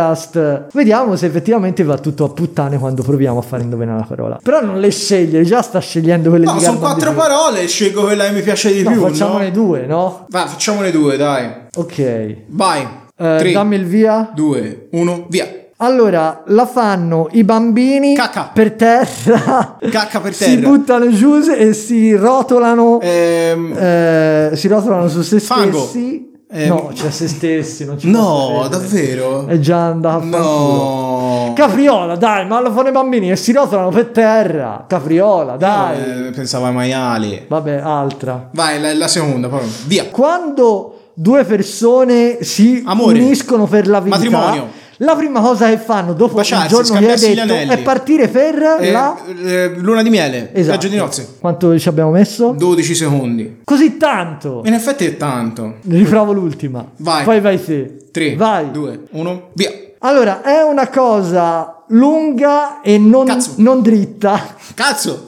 Speaker 2: podcast, vediamo se effettivamente va tutto a puttane quando proviamo a fare indovinare la parola. Però non le sceglie, già sta scegliendo quelle
Speaker 4: No,
Speaker 2: di
Speaker 4: sono
Speaker 2: Garbo
Speaker 4: quattro
Speaker 2: Andreotti.
Speaker 4: parole, scelgo quella che mi piace di più.
Speaker 2: No, facciamone
Speaker 4: no?
Speaker 2: due, no?
Speaker 4: Va, facciamone due, dai.
Speaker 2: Ok. Eh,
Speaker 4: Vai. 3,
Speaker 2: dammi il via.
Speaker 4: 2, 1, via.
Speaker 2: Allora, la fanno i bambini
Speaker 4: Cacca.
Speaker 2: per terra,
Speaker 4: Cacca per
Speaker 2: si
Speaker 4: terra.
Speaker 2: buttano giù e si rotolano
Speaker 4: Ehm,
Speaker 2: Eh, si rotolano su se
Speaker 4: Fango.
Speaker 2: stessi.
Speaker 4: Eh,
Speaker 2: no, c'è se stessi. Non ci
Speaker 4: no,
Speaker 2: posso credere.
Speaker 4: davvero?
Speaker 2: È già andato a fanculo.
Speaker 4: No.
Speaker 2: Capriola, dai, ma lo fanno i bambini e si rotolano per terra. Capriola, dai.
Speaker 4: Eh, pensavo ai maiali.
Speaker 2: Vabbè, altra.
Speaker 4: Vai, la, la seconda, poi. Via.
Speaker 2: Quando due persone si
Speaker 4: Amore.
Speaker 2: uniscono per la vita,
Speaker 4: Matrimonio.
Speaker 2: La prima cosa che fanno dopo
Speaker 4: Baciarsi,
Speaker 2: il giorno che hai
Speaker 4: scambiarsi gli
Speaker 2: detto
Speaker 4: anelli.
Speaker 2: è partire per
Speaker 4: Eh,
Speaker 2: la... Esatto.
Speaker 4: eh, luna di miele, viaggio di nozze.
Speaker 2: Quanto ci abbiamo messo?
Speaker 4: 12 secondi.
Speaker 2: Così tanto.
Speaker 4: In effetti è tanto.
Speaker 2: Riprovo l'ultima.
Speaker 4: Vai.
Speaker 2: Poi vai te.
Speaker 4: 3,
Speaker 2: Vai.
Speaker 4: 2, 1, via.
Speaker 2: Allora, è una cosa lunga e non,
Speaker 4: Cazzo.
Speaker 2: non
Speaker 4: [LAUGHS]
Speaker 2: dritta.
Speaker 4: Cazzo!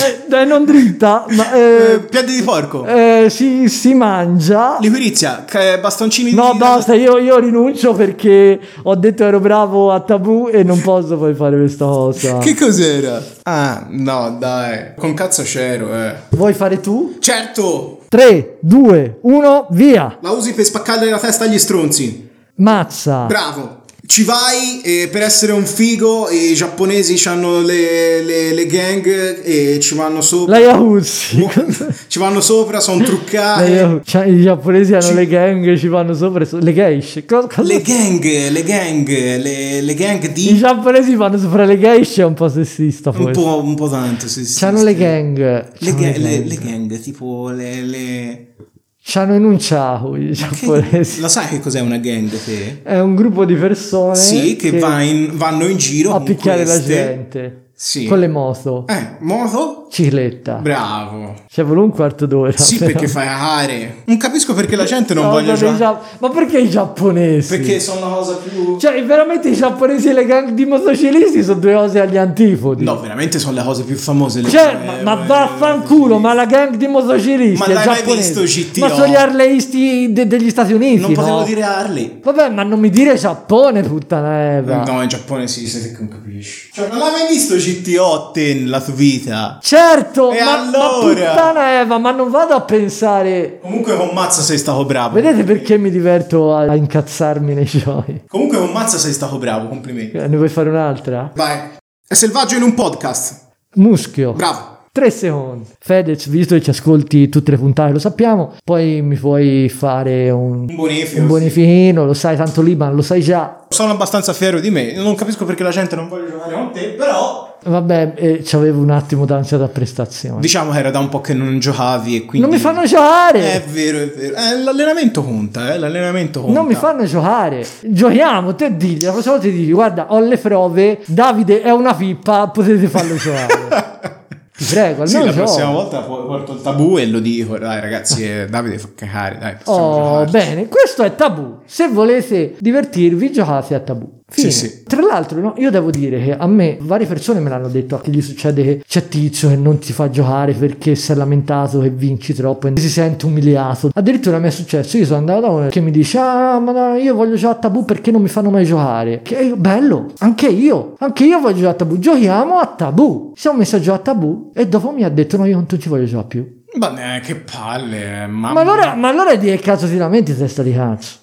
Speaker 2: Eh, eh, non dritta, ma
Speaker 4: Eh,
Speaker 2: eh,
Speaker 4: piedi di porco.
Speaker 2: eh, si, si mangia.
Speaker 4: Liquirizia, ca- bastoncini
Speaker 2: No,
Speaker 4: di...
Speaker 2: basta, io, io rinuncio perché ho detto ero bravo a tabù e non posso poi fare questa cosa.
Speaker 4: Che cos'era? Ah, no, dai. Con cazzo c'ero, eh.
Speaker 2: Vuoi fare tu?
Speaker 4: Certo!
Speaker 2: 3, 2, 1, via!
Speaker 4: La usi per spaccarle la testa agli stronzi.
Speaker 2: Mazza!
Speaker 4: Bravo. Ci vai eh, per essere un figo. I giapponesi hanno le, le- le gang e ci vanno
Speaker 2: [LAUGHS]
Speaker 4: sopra.
Speaker 2: La Yahuzzi!
Speaker 4: Ci vanno sopra, sono
Speaker 2: La
Speaker 4: truccati.
Speaker 2: Yahoo- cioè, I giapponesi hanno
Speaker 4: Ah, eh. Ci-
Speaker 2: le gang, ci vanno sopra, e so- le geishe. Co- cosa-
Speaker 4: Le gang, le gang, le, le gang
Speaker 2: I
Speaker 4: di...
Speaker 2: giapponesi vanno sopra le geishe, è un po' sessista
Speaker 4: Un
Speaker 2: poi.
Speaker 4: po', un po' tanto, sì, sì.
Speaker 2: C'hanno
Speaker 4: sì.
Speaker 2: le gang.
Speaker 4: Le,
Speaker 2: c'hanno
Speaker 4: ga-
Speaker 2: le
Speaker 4: le-
Speaker 2: gang.
Speaker 4: le gang, tipo le... le...
Speaker 2: C'hanno in un ciao i giapponesi.
Speaker 4: Lo sai che cos'è una gang te?
Speaker 2: È un gruppo di persone
Speaker 4: Sì, che, va in- vanno in giro
Speaker 2: a
Speaker 4: con
Speaker 2: picchiare la
Speaker 4: queste.
Speaker 2: gente
Speaker 4: Sì.
Speaker 2: con le moto,
Speaker 4: Eh, moto?
Speaker 2: cicletta.
Speaker 4: Bravo.
Speaker 2: Ci vuole un quarto d'ora.
Speaker 4: Sì,
Speaker 2: però.
Speaker 4: perché fai aree. Non capisco perché la gente non
Speaker 2: No, esatto.
Speaker 4: voglia
Speaker 2: ma dei
Speaker 4: giocare.
Speaker 2: gia- Ma perché i giapponesi?
Speaker 4: Perché sono una cosa più...
Speaker 2: Cioè, veramente i giapponesi e le gang di motociclisti sono due cose agli antipodi.
Speaker 4: No, veramente sono le cose più famose. le-
Speaker 2: Cioè,
Speaker 4: eh,
Speaker 2: ma, ma
Speaker 4: eh,
Speaker 2: vaffanculo,
Speaker 4: sì.
Speaker 2: ma la gang di motociclisti
Speaker 4: Ma
Speaker 2: è
Speaker 4: l'hai mai
Speaker 2: giapponese.
Speaker 4: visto GTO?
Speaker 2: Ma sono gli arleisti de- degli Stati Uniti,
Speaker 4: Non potevo
Speaker 2: no?
Speaker 4: dire Harley.
Speaker 2: Vabbè, ma non mi dire Giappone, puttana Eva.
Speaker 4: No, in Giappone si dice che non capisci. Cioè, non l'hai mai visto GTO te nella tua vita?
Speaker 2: Certo,
Speaker 4: E
Speaker 2: ma, ma
Speaker 4: allora?
Speaker 2: puttana Eva, ma non vado a pensare...
Speaker 4: Comunque con Mazza sei stato bravo.
Speaker 2: Vedete perché mi diverto a, a incazzarmi nei giochi?
Speaker 4: Comunque con Mazza sei stato bravo, complimenti.
Speaker 2: Eh, Ne vuoi fare un'altra?
Speaker 4: Vai. È selvaggio in un podcast.
Speaker 2: Muschio.
Speaker 4: Bravo.
Speaker 2: 3 secondi. Fedez, visto che ci ascolti tutte le puntate, lo sappiamo, poi mi puoi fare un,
Speaker 4: Un bonifico.
Speaker 2: un bonifichino, lo sai, tanto Liban, lo sai già.
Speaker 4: Sono abbastanza fiero di me, non capisco perché la gente non voglia giocare con te, però
Speaker 2: Vabbè, eh, c'avevo un attimo d'ansia da prestazione.
Speaker 4: diciamo che era da un po' che non giocavi e quindi
Speaker 2: non mi fanno giocare!
Speaker 4: È vero, è vero. Eh, l'allenamento conta, eh, l'allenamento conta.
Speaker 2: Non mi fanno giocare. Giochiamo, te digli. La prossima volta ti dici, guarda, ho le prove. Davide è una pippa, potete farlo
Speaker 4: [LAUGHS]
Speaker 2: giocare. Ti prego,
Speaker 4: Sì,
Speaker 2: almeno
Speaker 4: la
Speaker 2: gioca.
Speaker 4: prossima volta po- porto il tabù e lo dico, dai ragazzi, eh, Davide fa cagare, dai. possiamo
Speaker 2: Oh,
Speaker 4: giocarci.
Speaker 2: bene, questo è tabù. Se volete divertirvi, giocate a tabù. Fine.
Speaker 4: Sì, sì.
Speaker 2: Tra l'altro, no, io devo dire che a me varie persone me l'hanno detto che gli succede che c'è tizio che non ti fa giocare perché si è lamentato che vinci troppo e si sente umiliato. Addirittura mi è successo, io sono andato da uno che mi dice "Ah, ma no, io voglio giocare a tabù perché non mi fanno mai giocare". Che io, bello, anche io, anche io voglio giocare a tabù. Giochiamo a tabù. Siamo messi a giocare a tabù e dopo mi ha detto "No, io non ci voglio giocare più".
Speaker 4: Ma eh, che palle, eh, mamma.
Speaker 2: Ma allora, ma allora di che cazzo ti lamenti testa di cazzo?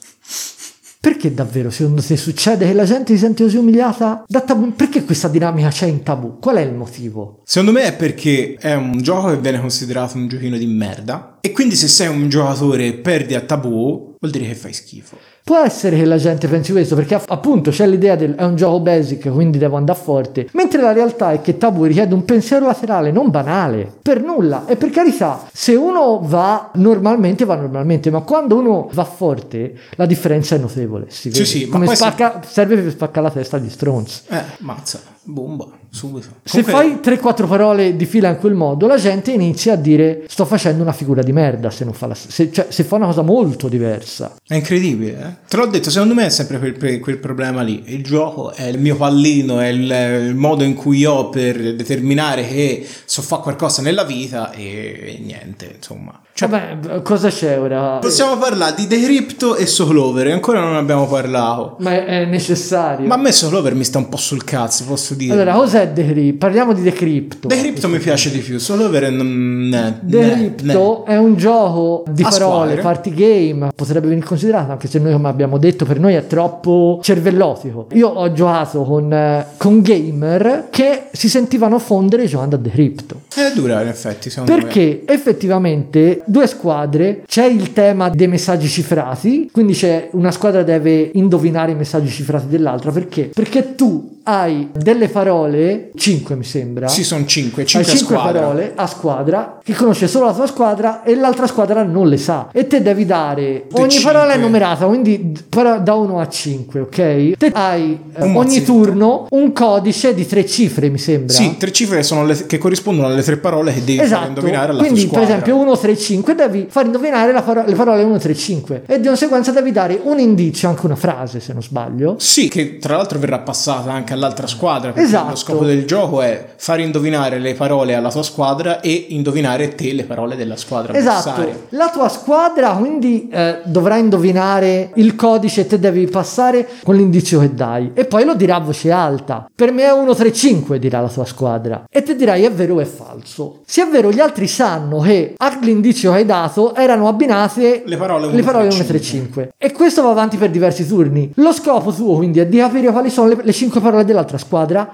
Speaker 2: Perché davvero secondo te succede che la gente si sente così umiliata da tabù? Perché questa dinamica c'è in tabù? Qual è il motivo?
Speaker 4: Secondo me è perché è un gioco che viene considerato un giochino di merda e quindi se sei un giocatore e perdi a tabù vuol dire che fai schifo.
Speaker 2: Può essere che la gente pensi questo perché aff- appunto c'è l'idea del è un gioco basic quindi devo andare forte, mentre la realtà è che tabù richiede un pensiero laterale non banale, per nulla e per carità se uno va normalmente va normalmente, ma quando uno va forte la differenza è notevole, si
Speaker 4: Sì,
Speaker 2: vede.
Speaker 4: sì, ma
Speaker 2: come
Speaker 4: poi se-
Speaker 2: spacca, serve per spaccare la testa agli stronzi.
Speaker 4: Eh, mazza, bomba, subito.
Speaker 2: Se
Speaker 4: Comunque-
Speaker 2: fai 3-4 parole di fila in quel modo, la gente inizia a dire sto facendo una figura di merda se, non fa, la, se, cioè, se fa una cosa molto diversa.
Speaker 4: È incredibile, eh? Te l'ho detto, secondo me è sempre quel, quel- quel problema lì. Il gioco è il mio pallino, è il, il modo in cui io ho per determinare che so fare qualcosa nella vita e, e niente, insomma. Cioè,
Speaker 2: Vabbè, eh, cosa c'è ora?
Speaker 4: possiamo parlare di Decrypto e Soclover, ancora non abbiamo parlato.
Speaker 2: Ma è, è necessario.
Speaker 4: Ma a me Soclover mi sta un po' sul cazzo, posso dire.
Speaker 2: Allora, cos'è Decrypt? Parliamo di Decrypto.
Speaker 4: Decrypto mi piace di più, Soclover non... ne- ne-
Speaker 2: Decrypto è un gioco di
Speaker 4: A
Speaker 2: parole,
Speaker 4: squadre.
Speaker 2: party game, potrebbe venire considerato anche se noi come abbiamo detto per noi è troppo cervellotico. Io ho giocato con, eh, con gamer che si sentivano fondere giocando a Decrypto.
Speaker 4: ne- È dura in effetti, secondo me.
Speaker 2: Perché effettivamente due squadre, c'è il tema dei messaggi cifrati, quindi c'è una squadra deve indovinare i messaggi cifrati dell'altra, perché? Perché tu hai delle parole, 5 mi sembra.
Speaker 4: Sì, sono 5,
Speaker 2: Hai
Speaker 4: 5 a
Speaker 2: 5
Speaker 4: squadra.
Speaker 2: parole a squadra che conosce solo la tua squadra e l'altra squadra non le sa. E te devi dare.
Speaker 4: Tutte
Speaker 2: ogni
Speaker 4: cinque.
Speaker 2: parola è numerata, quindi d- però da 1 a 5, ok? Te hai eh,
Speaker 4: Un
Speaker 2: ogni
Speaker 4: mazzetto.
Speaker 2: turno un codice di tre cifre, mi sembra.
Speaker 4: Sì, tre cifre sono le- che corrispondono alle tre parole che devi far
Speaker 2: Esatto,
Speaker 4: indovinare alla
Speaker 2: quindi
Speaker 4: tua
Speaker 2: per
Speaker 4: squadra.
Speaker 2: esempio 1, 3, 5 devi far indovinare la paro- le parole 1, 3, 5 e di conseguenza devi dare un indizio, anche una frase se non sbaglio.
Speaker 4: Sì, che tra l'altro verrà passata anche all'altra squadra. perché
Speaker 2: Esatto.
Speaker 4: Lo scopo del gioco è far indovinare le parole alla tua squadra e indovinare te le parole della squadra avversaria.
Speaker 2: Esatto, la tua squadra quindi eh, dovrà indovinare il codice e te devi passare con l'indizio che dai e poi lo dirà a voce alta. Per me è 135 dirà la tua squadra e te dirai è vero o è falso. Se è vero gli altri sanno che all'indizio che hai dato erano abbinate
Speaker 4: Le parole
Speaker 2: le parole
Speaker 4: 1, 3,
Speaker 2: 135 e questo va avanti per diversi turni. Lo scopo tuo quindi è di capire quali sono le, 5 parole dell'altra squadra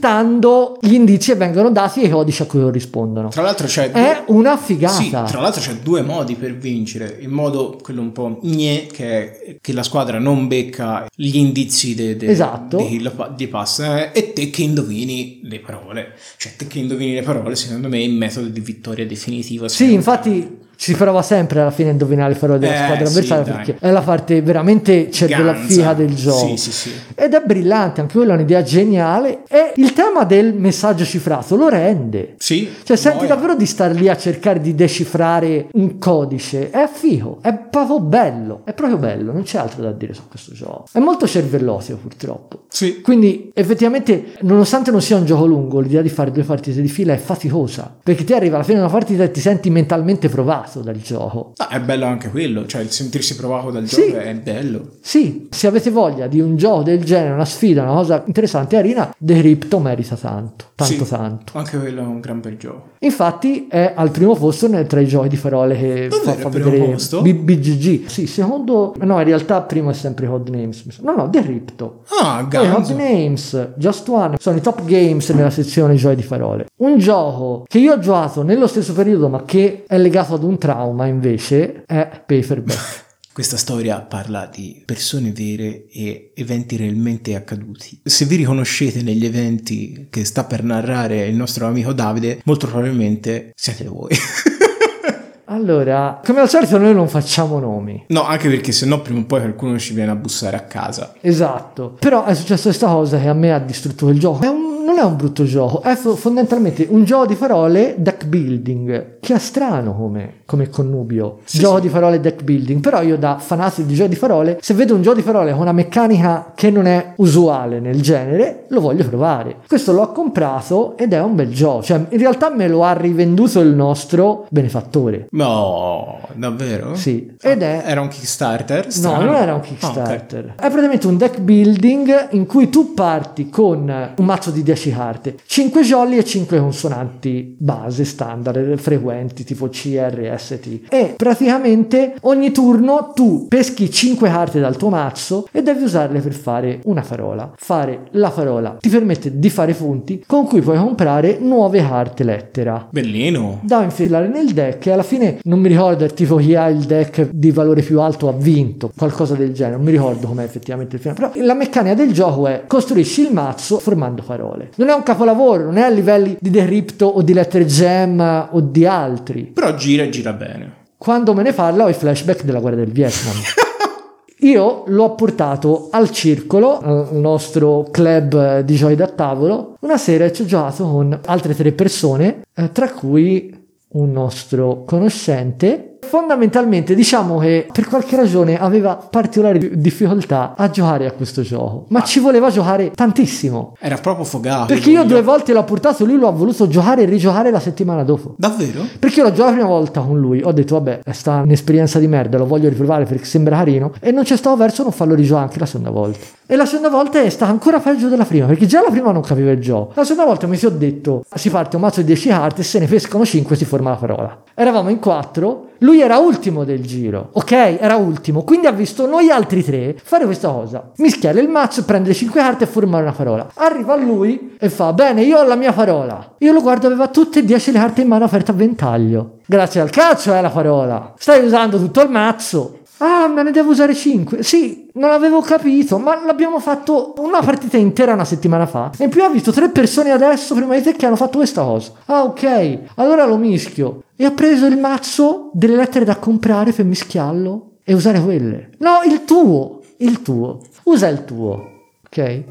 Speaker 2: deriptando gli indizi che vengono dati e i codici a cui corrispondono.
Speaker 4: Tra l'altro c'è
Speaker 2: È una figata.
Speaker 4: Sì, tra l'altro c'è due modi per vincere. Il modo, quello un po' gne, che è che la squadra non becca gli indizi de- de-
Speaker 2: Esatto.
Speaker 4: di, la- di passa eh, e te che indovini le parole. Cioè, te che indovini le parole, secondo me, è il metodo di vittoria definitiva.
Speaker 2: Sì, infatti ci prova sempre alla fine a indovinare le parole della
Speaker 4: Eh,
Speaker 2: squadra
Speaker 4: sì,
Speaker 2: avversaria
Speaker 4: dai.
Speaker 2: perché è la parte veramente c'è della figa del gioco.
Speaker 4: Sì, sì, sì.
Speaker 2: Ed è brillante, anche quella è un'idea geniale. E il tema del messaggio cifrato lo rende.
Speaker 4: Sì,
Speaker 2: Cioè, senti
Speaker 4: muoio.
Speaker 2: davvero di star lì a cercare di decifrare un codice? È figo, è proprio bello, è proprio bello, non c'è altro da dire su questo gioco. È molto cervellosio, purtroppo.
Speaker 4: Sì.
Speaker 2: Quindi effettivamente, nonostante non sia un gioco lungo, l'idea di fare due partite di fila è faticosa, perché ti arriva alla fine di una partita e ti senti mentalmente provato dal gioco.
Speaker 4: Ah, è bello anche quello, cioè il sentirsi provato dal
Speaker 2: Sì.
Speaker 4: gioco è bello.
Speaker 2: Sì, se avete voglia di un gioco del genere, una sfida, una cosa interessante e arena, The Crypto merita tanto, tanto
Speaker 4: Sì.
Speaker 2: tanto.
Speaker 4: Anche quello è un gran bel gioco.
Speaker 2: Infatti è al primo posto nel- tra i giochi di parole che
Speaker 4: Davvero
Speaker 2: fa,
Speaker 4: al
Speaker 2: fa
Speaker 4: primo
Speaker 2: vedere
Speaker 4: posto?
Speaker 2: B- BGG. Sì, secondo... No, in realtà primo è sempre Codenames. mi sa- No, no, The Crypto.
Speaker 4: Ah,
Speaker 2: Poi Eh, Hot
Speaker 4: Ganzo.
Speaker 2: Names, Just One sono i top games nella sezione giochi di parole. Un gioco che io ho giocato nello stesso periodo, ma che è legato ad un trauma invece, è Paperback.
Speaker 4: Questa storia parla di persone vere e eventi realmente accaduti. Se vi riconoscete negli eventi che sta per narrare il nostro amico Davide, molto probabilmente siete voi. [LAUGHS]
Speaker 2: allora, come al solito, noi non facciamo nomi.
Speaker 4: no, anche perché sennò prima o poi qualcuno ci viene a bussare a casa.
Speaker 2: Esatto. Però è successa questa cosa che a me ha distrutto il gioco. È un- non è un brutto gioco, è fo- fondamentalmente un gioco di parole deck building, che è strano come, come connubio.
Speaker 4: Sì,
Speaker 2: gioco
Speaker 4: sì.
Speaker 2: di parole deck building. Però io da fanatico di giochi di parole, se vedo un gioco di parole con una meccanica che non è usuale nel genere, lo voglio provare. Questo l'ho comprato ed è un bel gioco. Cioè, in realtà me lo ha rivenduto il nostro benefattore.
Speaker 4: No, davvero? Ah,
Speaker 2: Sì. Ed è
Speaker 4: Era un Kickstarter?
Speaker 2: No,
Speaker 4: Strano.
Speaker 2: non era un
Speaker 4: Ah, ok.
Speaker 2: Kickstarter. È praticamente un deck building in cui tu parti con un mazzo di 10 carte, 5 jolly e 5 consonanti base, standard, frequenti, tipo C, R, S, T. E praticamente ogni turno tu peschi 5 carte dal tuo mazzo e devi usarle per fare una parola. Fare la parola ti permette di fare punti con cui puoi comprare nuove carte lettera
Speaker 4: Bellino.
Speaker 2: da infilare nel deck e alla fine non mi ricordo è tipo chi ha il deck di valore più alto ha vinto qualcosa del genere non mi ricordo com'è effettivamente il finale però la meccanica del gioco è costruisci il mazzo formando parole non è un capolavoro non è a livelli di Deripto o di Letter Gem eh, o di altri
Speaker 4: Però gira e gira bene.
Speaker 2: quando me ne parla ho i flashback della guerra del Vietnam Io l'ho portato al circolo, al nostro club eh, di giochi da tavolo, una sera e ci ho giocato con altre tre persone, eh, tra cui un nostro conoscente. Fondamentalmente diciamo che per qualche ragione aveva particolari di- difficoltà a giocare a questo gioco, ma ci voleva giocare tantissimo.
Speaker 4: Era proprio fogato.
Speaker 2: Perché io due volte l'ho portato, lui lo ha voluto giocare e rigiocare la settimana dopo.
Speaker 4: Davvero?
Speaker 2: Perché io l'ho giocato la prima volta con lui, ho detto vabbè, è sta un'esperienza di merda, lo voglio riprovare perché sembra carino e non c'è stato verso non farlo rigiocare anche la seconda volta. E la seconda volta è stata ancora peggio della prima, perché già la prima non capivo il gioco. La seconda volta mi sono detto, si parte un mazzo di 10 carte, se ne pescano 5 si forma la parola. Eravamo in 4, lui era ultimo del giro, ok? Era ultimo, quindi ha visto noi altri tre fare questa cosa. Mischiare il mazzo, prendere 5 carte e formare una parola. Arriva lui e fa, bene, io ho la mia parola. Io lo guardo, aveva tutte e 10 eh, le carte in mano aperte a ventaglio. Grazie al cazzo è la parola. Stai usando tutto il mazzo. Ah, me ne devo usare 5. Sì, non avevo capito, ma l'abbiamo fatto una partita intera una settimana fa. E in più ho visto tre persone adesso prima di te che hanno fatto questa cosa. Ah, ok, allora lo mischio. E ho preso il mazzo delle lettere da comprare per mischiarlo e usare quelle. No, il tuo, il tuo. Usa il tuo, ok?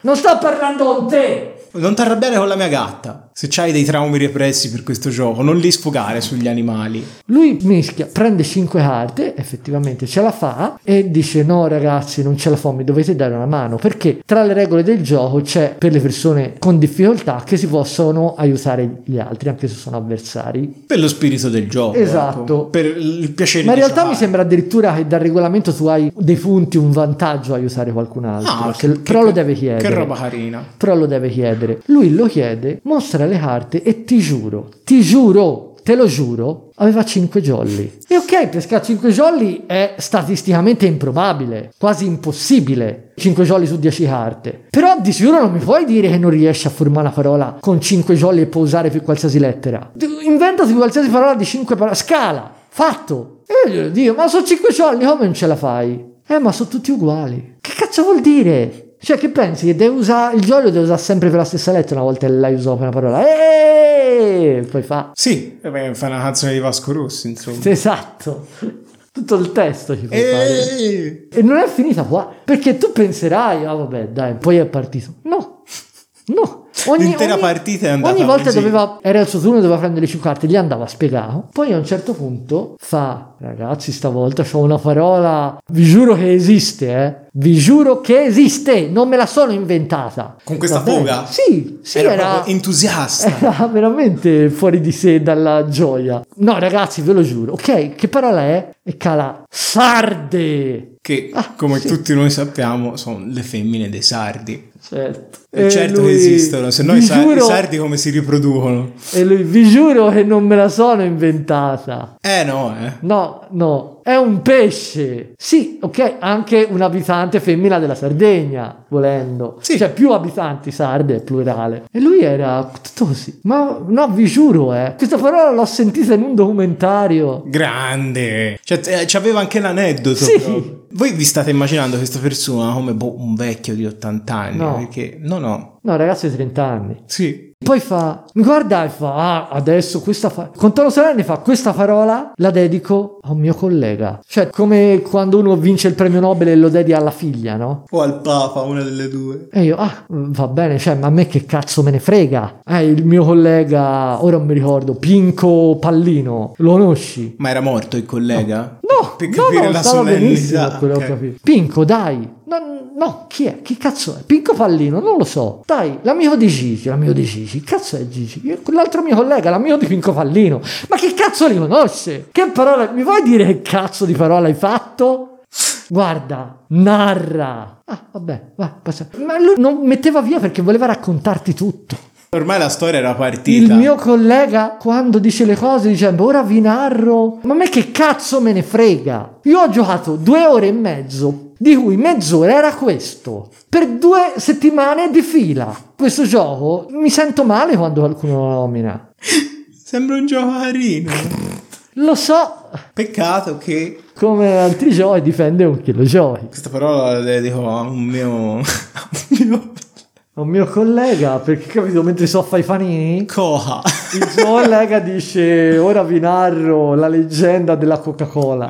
Speaker 2: Non sto parlando con te.
Speaker 4: Non ti arrabbiare con la mia gatta. Se c'hai dei traumi repressi per questo gioco, non li sfogare sugli animali.
Speaker 2: Lui mischia, prende 5 carte, effettivamente ce la fa e dice no ragazzi non ce la fa, mi dovete dare una mano perché tra le regole del gioco c'è per le persone con difficoltà che si possono aiutare gli altri anche se sono avversari.
Speaker 4: Per lo spirito del gioco.
Speaker 2: Esatto.
Speaker 4: ecco. Per il piacere
Speaker 2: Ma in
Speaker 4: di
Speaker 2: realtà
Speaker 4: giocare.
Speaker 2: mi sembra addirittura che dal regolamento tu hai dei punti, un vantaggio a aiutare qualcun altro,
Speaker 4: Ah,
Speaker 2: che-
Speaker 4: che-
Speaker 2: però lo deve chiedere.
Speaker 4: Che roba carina.
Speaker 2: Però lo deve chiedere. Lui lo chiede, mostra le carte e ti giuro, ti giuro, te lo giuro, aveva 5 jolly. E ok, pescare 5 jolly è statisticamente improbabile, quasi impossibile. 5 jolly su 10 carte. Però di sicuro non mi puoi dire che non riesci a formare una parola con 5 jolly e puoi usare per qualsiasi lettera. D- Inventati qualsiasi parola di 5 parole. Scala! Fatto! E io glielo dico, ma sono 5 jolly, come non ce la fai? Eh, ma sono tutti uguali. Che cazzo vuol dire? Cioè, che pensi? Che devi usare il jolly lo devi usare sempre per la stessa lettera una volta che l'hai usato per una parola. E poi fa.
Speaker 4: Sì, eh beh, fa una canzone di Vasco Rossi, insomma.
Speaker 2: Esatto. Tutto il testo ci puoi fare.
Speaker 4: Eeeh.
Speaker 2: E non è finita qua. Perché tu penserai, ah vabbè, dai, poi è partito. No, no.
Speaker 4: L'intera partita è andata
Speaker 2: Ogni volta
Speaker 4: così.
Speaker 2: doveva, era il suo turno, doveva prendere le 5 carte, gli andava spiegato. Poi a un certo punto fa, ragazzi, stavolta c'ho una parola, vi giuro che esiste, eh. Vi giuro che esiste, non me la sono inventata.
Speaker 4: Con questa
Speaker 2: Va bene?
Speaker 4: foga?
Speaker 2: Sì, sì,
Speaker 4: era,
Speaker 2: era, Eh.
Speaker 4: proprio entusiasta.
Speaker 2: era veramente fuori di sé dalla gioia. No, ragazzi, ve lo giuro. Ok, che parola è? E cala sarde.
Speaker 4: Che,
Speaker 2: Ah,
Speaker 4: come
Speaker 2: sì.
Speaker 4: tutti noi sappiamo, sono le femmine dei sardi.
Speaker 2: Certo.
Speaker 4: E certo
Speaker 2: lui,
Speaker 4: che esistono, se no
Speaker 2: "Vi
Speaker 4: i sar- i sardi,
Speaker 2: giuro-
Speaker 4: come si riproducono?
Speaker 2: E lui, vi giuro che non me la sono inventata.
Speaker 4: Eh no, eh.
Speaker 2: No, no, è un pesce. Sì, ok, anche un abitante femmina della Sardegna, volendo.
Speaker 4: Sì.
Speaker 2: Cioè, più abitanti sarde, è plurale. E lui era tutto così. Ma no, vi giuro, eh. Questa parola l'ho sentita in un documentario.
Speaker 4: Grande! Cioè, eh, c'aveva anche l'aneddoto.
Speaker 2: Sì.
Speaker 4: proprio. Voi vi state immaginando questa persona come boh, un vecchio di 80 anni?
Speaker 2: No.
Speaker 4: Perché, no, no,
Speaker 2: No, ragazzo di 30 anni.
Speaker 4: sì.
Speaker 2: Poi fa, mi guarda e fa, ah, adesso questa fa... Con tono solenne fa, questa parola la dedico a un mio collega. Cioè, come quando uno vince il premio Nobel e lo dedica alla figlia, no?
Speaker 4: O al Papa, una
Speaker 2: [LAUGHS]
Speaker 4: delle due.
Speaker 2: E io, ah, va bene, cioè, ma a me che cazzo me ne frega? Eh, il mio collega, ora non mi ricordo, Pinco Pallino, lo conosci?
Speaker 4: Ma era morto il collega?
Speaker 2: No,
Speaker 4: Per
Speaker 2: no,
Speaker 4: capire
Speaker 2: no,
Speaker 4: la
Speaker 2: stava
Speaker 4: solennità, Ah,
Speaker 2: benissimo quello
Speaker 4: ok.
Speaker 2: ho capito. Pinco, dai. No, no, chi è? Chi cazzo è? Pinco Pallino, non lo so. Dai, l'amico di Gigi, l'amico di Gigi. Chi Cazzo è Gigi? Io- L'altro mio collega, l'amico di Pinco Pallino. Ma che cazzo li conosce? Che parola? Mi vuoi dire che cazzo di parola hai fatto? Guarda, narra. Ah, vabbè, va, passa. Ma lui non metteva via perché voleva raccontarti tutto.
Speaker 4: Ormai la storia era partita.
Speaker 2: Il mio collega quando dice le cose dicendo ora vi narro, ma a me che cazzo me ne frega? Io ho giocato due ore e mezzo, di cui mezz'ora era questo, per due settimane di fila. Questo gioco mi sento male quando qualcuno lo nomina.
Speaker 4: Sembra un gioco carino.
Speaker 2: Lo so,
Speaker 4: Peccato che
Speaker 2: come altri giochi dipende con chi lo giochi.
Speaker 4: questa parola la dedico a un mio... [LAUGHS] a un mio...
Speaker 2: Un mio collega, perché capito, mentre soffa i panini,
Speaker 4: Coha.
Speaker 2: il suo collega dice ora vi narro la leggenda della Coca-Cola.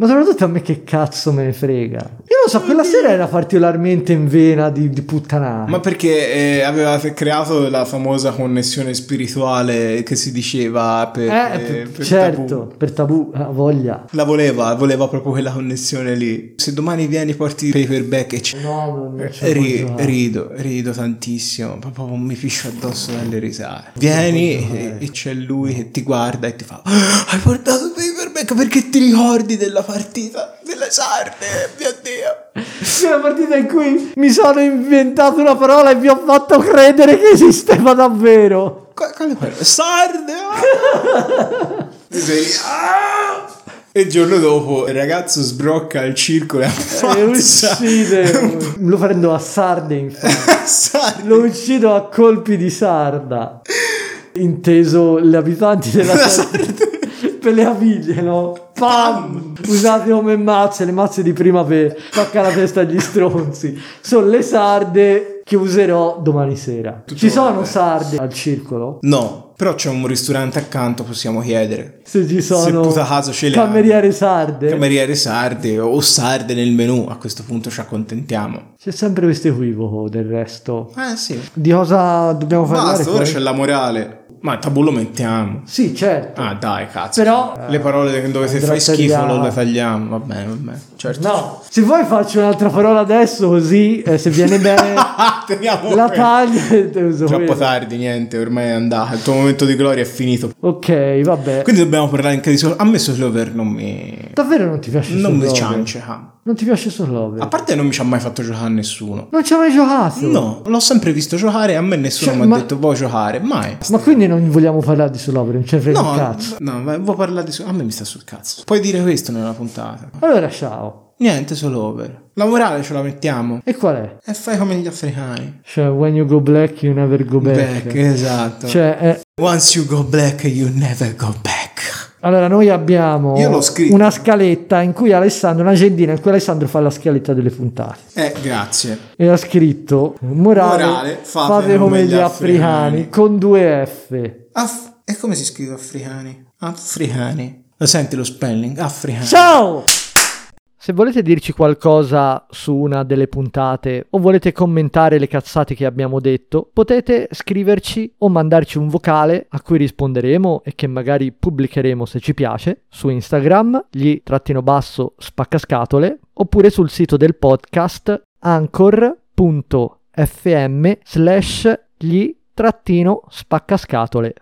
Speaker 2: Ma soprattutto a me che cazzo me ne frega. Io non so, quella sera era particolarmente in vena di, di puttanare.
Speaker 4: Ma perché eh, avevate creato la famosa connessione spirituale che si diceva per,
Speaker 2: eh,
Speaker 4: eh,
Speaker 2: per-
Speaker 4: per
Speaker 2: certo,
Speaker 4: tabù.
Speaker 2: per tabù, ha voglia.
Speaker 4: La voleva, voleva proprio quella connessione lì. Se domani vieni porti i paperback e ci...
Speaker 2: No, non, non ce la
Speaker 4: Ri-
Speaker 2: posso fare.
Speaker 4: rido, rido tantissimo, ma proprio mi fiscio addosso dalle risate. Vieni e, e c'è lui che ti guarda e ti fa "Ah, Hai portato il paperback perché ti ricordi della partita delle sarde, mio Dio.
Speaker 2: Sì, la partita in cui mi sono inventato una parola e vi ho fatto credere che esisteva davvero.
Speaker 4: Qua- Quale parola? Sarde! ah!" E sei lì, "Ah!" E il giorno dopo il ragazzo sbrocca il circolo e
Speaker 2: E
Speaker 4: ammazza [LAUGHS]
Speaker 2: uccide. Lo prendo a sarde, infatti.
Speaker 4: sarde.
Speaker 2: Lo uccido a colpi di sarda. [LAUGHS] Inteso gli abitanti della Sardegna per le famiglie, no? Pam! Usate come mazze, le mazze di primavera. Tocca la testa agli stronzi. Sono le sarde che userò domani sera.
Speaker 4: Tutto
Speaker 2: Ci sono
Speaker 4: bene.
Speaker 2: sarde al circolo?
Speaker 4: No, però c'è un ristorante accanto, possiamo chiedere.
Speaker 2: Se ci
Speaker 4: Se
Speaker 2: sono
Speaker 4: puta caso ce le hanno.
Speaker 2: cameriere sarde?
Speaker 4: Cameriere sarde o sarde nel menù, a questo punto ci accontentiamo.
Speaker 2: C'è sempre questo equivoco del resto.
Speaker 4: Eh sì.
Speaker 2: Di cosa dobbiamo parlare?
Speaker 4: Basta, ora
Speaker 2: poi?
Speaker 4: c'è la morale. Ma il tabù lo mettiamo.
Speaker 2: Sì, certo.
Speaker 4: Ah dai, cazzo.
Speaker 2: Però
Speaker 4: Le parole che- dove se
Speaker 2: Andrà
Speaker 4: fai schifo
Speaker 2: tagliato.
Speaker 4: lo le tagliamo. Va bene, va bene.
Speaker 2: eh,
Speaker 4: Certo. [LAUGHS]
Speaker 2: No, se vuoi faccio un'altra parola adesso così eh, se viene
Speaker 4: [LAUGHS]
Speaker 2: bene
Speaker 4: Ah, Teniamo
Speaker 2: la
Speaker 4: quello.
Speaker 2: taglia e te uso
Speaker 4: Troppo
Speaker 2: quella.
Speaker 4: tardi, niente, ormai è andata. Il tuo momento di gloria è finito.
Speaker 2: Ok, vabbè.
Speaker 4: Quindi dobbiamo parlare anche di solo. A me Slover non mi.
Speaker 2: Davvero non ti piace
Speaker 4: Non mi
Speaker 2: Soul Lover?
Speaker 4: ciancia.
Speaker 2: Non ti piace Soul
Speaker 4: A
Speaker 2: Ah,
Speaker 4: parte non mi ci ha mai fatto giocare nessuno.
Speaker 2: non ci hai mai giocato.
Speaker 4: No, l'ho sempre visto giocare e a me nessuno
Speaker 2: Cioè,
Speaker 4: mi ha
Speaker 2: ma-
Speaker 4: detto vuoi giocare, mai.
Speaker 2: Ma quindi non vogliamo parlare di Soul Lover, non c'è frega un
Speaker 4: No,
Speaker 2: cazzo.
Speaker 4: no, ma vuoi parlare di solo. A me mi sta sul cazzo. Puoi dire questo nella puntata.
Speaker 2: Allora, ciao.
Speaker 4: Niente, solo over. La morale ce la mettiamo.
Speaker 2: E qual è?
Speaker 4: E fai come gli africani.
Speaker 2: Cioè, when you go black you never go back.
Speaker 4: Back, esatto.
Speaker 2: Cioè, eh,
Speaker 4: Eh, Once you go black, you never go back.
Speaker 2: allora noi abbiamo
Speaker 4: Io l'ho scritto.
Speaker 2: una scaletta in cui Alessandro, un'agendina in cui Alessandro fa la scaletta delle puntate.
Speaker 4: Eh, grazie.
Speaker 2: e ha scritto morale,
Speaker 4: Morale,
Speaker 2: fate, come gli africani con due F
Speaker 4: Af- e come si scrive africani? Africani. Lo senti lo spelling? Africani.
Speaker 2: ciao se volete dirci qualcosa su una delle puntate o volete commentare le cazzate che abbiamo detto potete scriverci o mandarci un vocale a cui risponderemo e che magari pubblicheremo se ci piace su Instagram gli trattino basso spaccascatole oppure sul sito del podcast anchor.fm slash gli trattino spaccascatole